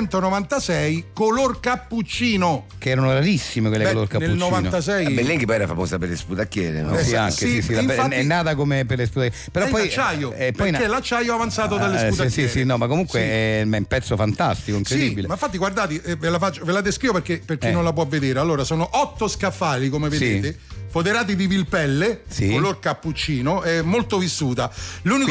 S6: 1996, color cappuccino.
S4: Che erano rarissime quelle Eh,
S6: Beh,
S4: color cappuccino.
S6: nel 96
S5: La Bellenghi Eh, poi era famosa per le sputacchiere, no?
S4: Eh, sì, anche, sì, sì, la-
S6: infatti-
S4: è nata come per le sputacchiere. Però
S6: è
S4: poi,
S6: in acciaio,
S4: eh, poi
S6: perché
S4: na-
S6: l'acciaio è avanzato dalle
S4: eh,
S6: sputacchiere.
S4: sì, sì, sì, no, ma comunque
S6: Sì.
S4: è è un pezzo fantastico,
S6: Sì,
S4: incredibile.
S6: ma infatti guardate, eh, ve la, faccio- ve la descrivo perché, per chi
S4: Eh.
S6: non la può vedere. Allora, sono otto scaffali, come
S4: Sì.
S6: vedete, foderati di vilpelle,
S4: Sì.
S6: color cappuccino, è molto vissuta. L'unico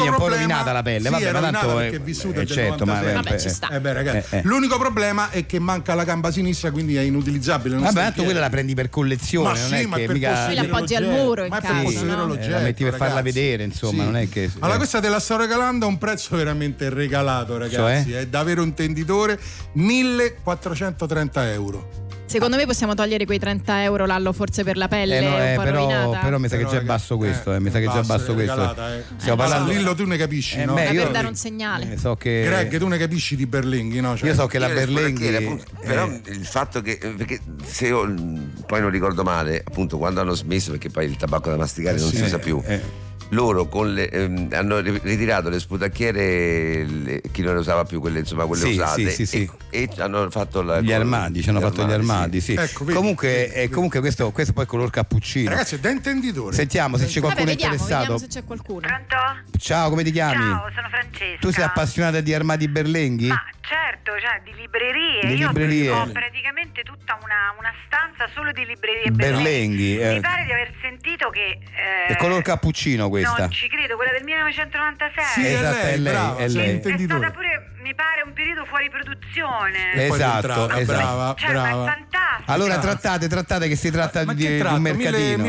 S4: Quindi è un po'
S6: problema,
S4: rovinata la pelle,
S6: Sì,
S4: vabbè,
S6: è
S4: ma
S6: rovinata
S4: tanto,
S6: perché
S4: eh,
S6: è vissuta
S4: eh,
S6: del
S4: certo, ma-
S6: 96.
S4: Vabbè, ci sta.
S6: Eh beh, ragazzi,
S4: Eh, eh.
S6: L'unico problema è che manca la gamba sinistra, quindi è inutilizzabile. non
S4: Vabbè,
S6: sta in
S4: tanto
S6: piedi.
S4: quella la prendi per collezione,
S6: Ma
S4: non
S6: sì,
S4: è
S6: ma
S4: che
S6: per
S4: mica
S3: Sì, la appoggi al muro in
S6: Ma è per
S3: casa,
S6: posso
S3: no?
S6: vedere
S4: Eh, la
S6: l'oggetto,
S4: metti per farla
S6: certo, ragazzi.
S4: vedere, insomma,
S6: Sì.
S4: non è che
S6: Allora,
S4: eh.
S6: questa te la sto regalando a un prezzo veramente regalato, ragazzi.
S4: Cioè?
S6: È davvero un tenditore, 1430 euro.
S3: Secondo me possiamo togliere quei 30 euro l'allo forse per la pelle,
S4: Eh, no, eh,
S3: un po'
S4: però,
S3: rovinata.
S4: però mi sa che
S6: Però,
S4: già è
S6: raga-
S4: basso questo, eh, mi sa che già è
S6: basso,
S4: basso
S6: è
S4: questo.
S6: regalata, eh.
S4: Stiamo
S6: Eh,
S4: parlando
S6: basso. Lillo, tu ne capisci,
S4: Eh,
S6: no?
S4: beh,
S3: Era
S4: io-
S3: per dare un segnale.
S4: eh, so che
S6: Greg, tu ne capisci di Berlinghi, no? Cioè-
S4: io so che la
S5: Io le
S4: Berlenghi
S5: sputacchiere, appunto, però il fatto che eh, perché se io mh, poi non ricordo male appunto quando hanno smesso perché poi il tabacco da masticare non
S4: sì,
S5: si usa più
S4: eh,
S5: loro con le, ehm, hanno ri- ritirato le sputacchiere le- chi non le usava più quelle insomma quelle
S4: Sì,
S5: usate
S4: sì, sì,
S5: e, e hanno fatto la,
S4: gli
S5: con-
S4: armadi, ci hanno
S5: gli
S4: fatto gli armadi, sì.
S6: Ecco, vedi,
S4: comunque,
S6: vedi,
S4: eh,
S6: vedi.
S4: comunque questo, questo poi è color cappuccino.
S6: Ragazzi, è da intenditore.
S4: Sentiamo se
S3: Vabbè,
S4: c'è qualcuno
S3: vediamo, vediamo
S4: interessato.
S3: se c'è qualcuno.
S8: Pronto?
S4: Ciao, come ti chiami?
S8: Ciao, sono Francesca.
S4: tu sei appassionata di armadi berlenghi?
S8: Ma certo, cioè di librerie.
S4: Di
S8: Io
S4: librerie.
S8: ho praticamente tutta una, una stanza solo di librerie
S4: Berlenghi, eh.
S8: Mi pare di aver sentito che. eh,
S4: È color cappuccino questa.
S8: Non ci credo, quella del
S6: Sì,
S8: 1996.
S6: è
S4: Esatto,
S6: lei,
S4: è lei,
S6: brava,
S4: è
S6: sei
S4: lei.
S6: un
S4: È
S8: È stata
S6: intenditore.
S8: pure, mi pare, un periodo fuori produzione.
S6: E poi
S4: Esatto,
S6: rientrava,
S4: esatto.
S6: brava,
S8: Cioè, ma è
S6: brava.
S8: fantastico.
S4: Allora trattate, trattate che si tratta
S6: Ma
S4: di,
S6: che
S4: di
S6: tratto?
S4: un
S6: Mille-
S4: mercatino.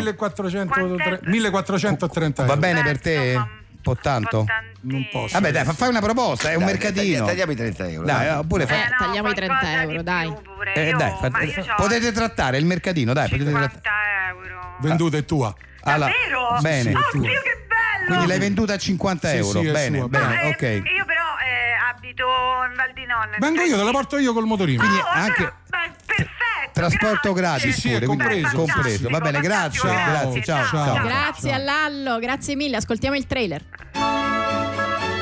S6: 1400
S8: Quant'è?
S6: 1430
S4: Va
S6: euro.
S4: bene
S8: Beh,
S4: per te?
S8: insomma,
S4: Un po' tanto?
S8: tantino.
S6: Non posso.
S4: Vabbè dai, fa- fai una proposta, è un
S5: Dai,
S4: mercatino.
S5: taglia- tagliami 30 euro
S4: Dai,
S5: dai.
S4: oppure fa-
S3: Eh, tagliamo i 30
S8: qualcosa di
S3: euro,
S8: più
S3: dai.
S8: pure.
S4: Eh,
S8: Io-
S4: dai, fa-
S8: ma io c'ho
S4: potete trattare il mercatino, dai, potete
S8: 50
S4: trattare.
S8: euro.
S6: Venduta è tua.
S4: Alla-
S8: Davvero?
S4: Bene.
S8: eh, Oddio, che bello!
S4: Quindi l'hai venduta a 50
S6: Sì,
S4: euro.
S6: sì, è
S4: bene,
S6: sua,
S4: bene,
S8: No,
S4: ok.
S8: ehm, Io però eh, abito in Val di Nonna. cioè
S6: Vengo io, te la porto io col motorino.
S4: Quindi
S8: Oh,
S4: anche-
S8: allora, beh, perfetto.
S4: Trasporto
S8: grazie.
S4: gratis
S6: Sì, sì, è
S4: pure, quindi
S6: compreso.
S4: compreso. Va bene, grazie,
S8: Fantastico,
S4: grazie, ciao,
S6: ciao.
S4: ciao.
S3: Grazie a Lallo, grazie mille, ascoltiamo il trailer.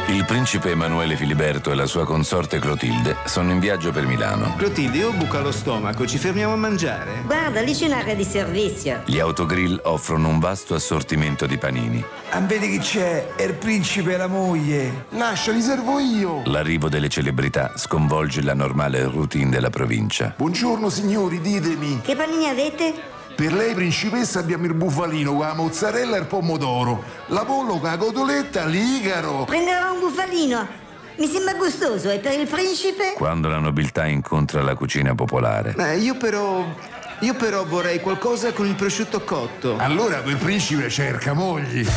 S15: Il principe Emanuele Filiberto e la sua consorte Clotilde sono in viaggio per Milano.
S16: Clotilde, io buca lo stomaco, ci fermiamo a mangiare?
S17: Guarda, lì c'è un'area di servizio.
S15: Gli autogrill offrono un vasto assortimento di panini.
S9: Ah, vedi chi c'è? È il principe e la moglie. Lascia, li servo io.
S15: L'arrivo delle celebrità sconvolge la normale routine della provincia.
S9: Buongiorno signori, ditemi.
S17: Che panini avete?
S9: Per lei principessa abbiamo il bufalino con la mozzarella e il pomodoro, la pollo con la cotoletta, l'igaro.
S17: Prenderò un bufalino. Mi sembra gustoso. E per il principe?
S15: Quando la nobiltà incontra la cucina popolare,
S16: Eh, io però
S5: Io però vorrei qualcosa con il prosciutto cotto.
S9: Allora quel principe cerca mogli.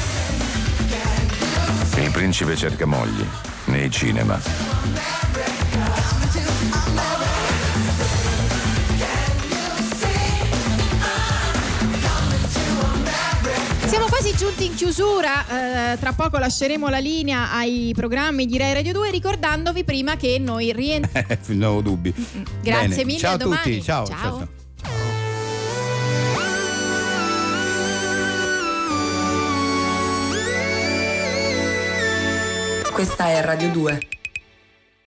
S15: Il principe cerca mogli nei cinema.
S3: Siamo quasi giunti in chiusura, eh, tra poco lasceremo la linea ai programmi di Rai Radio 2 ricordandovi prima che noi rientriamo.
S4: non ho dubbi.
S3: Grazie
S4: Bene,
S3: mille,
S4: Ciao
S3: a
S4: a
S3: domani.
S4: tutti, ciao.
S3: Ciao.
S4: ciao, ciao.
S8: Questa è Radio 2.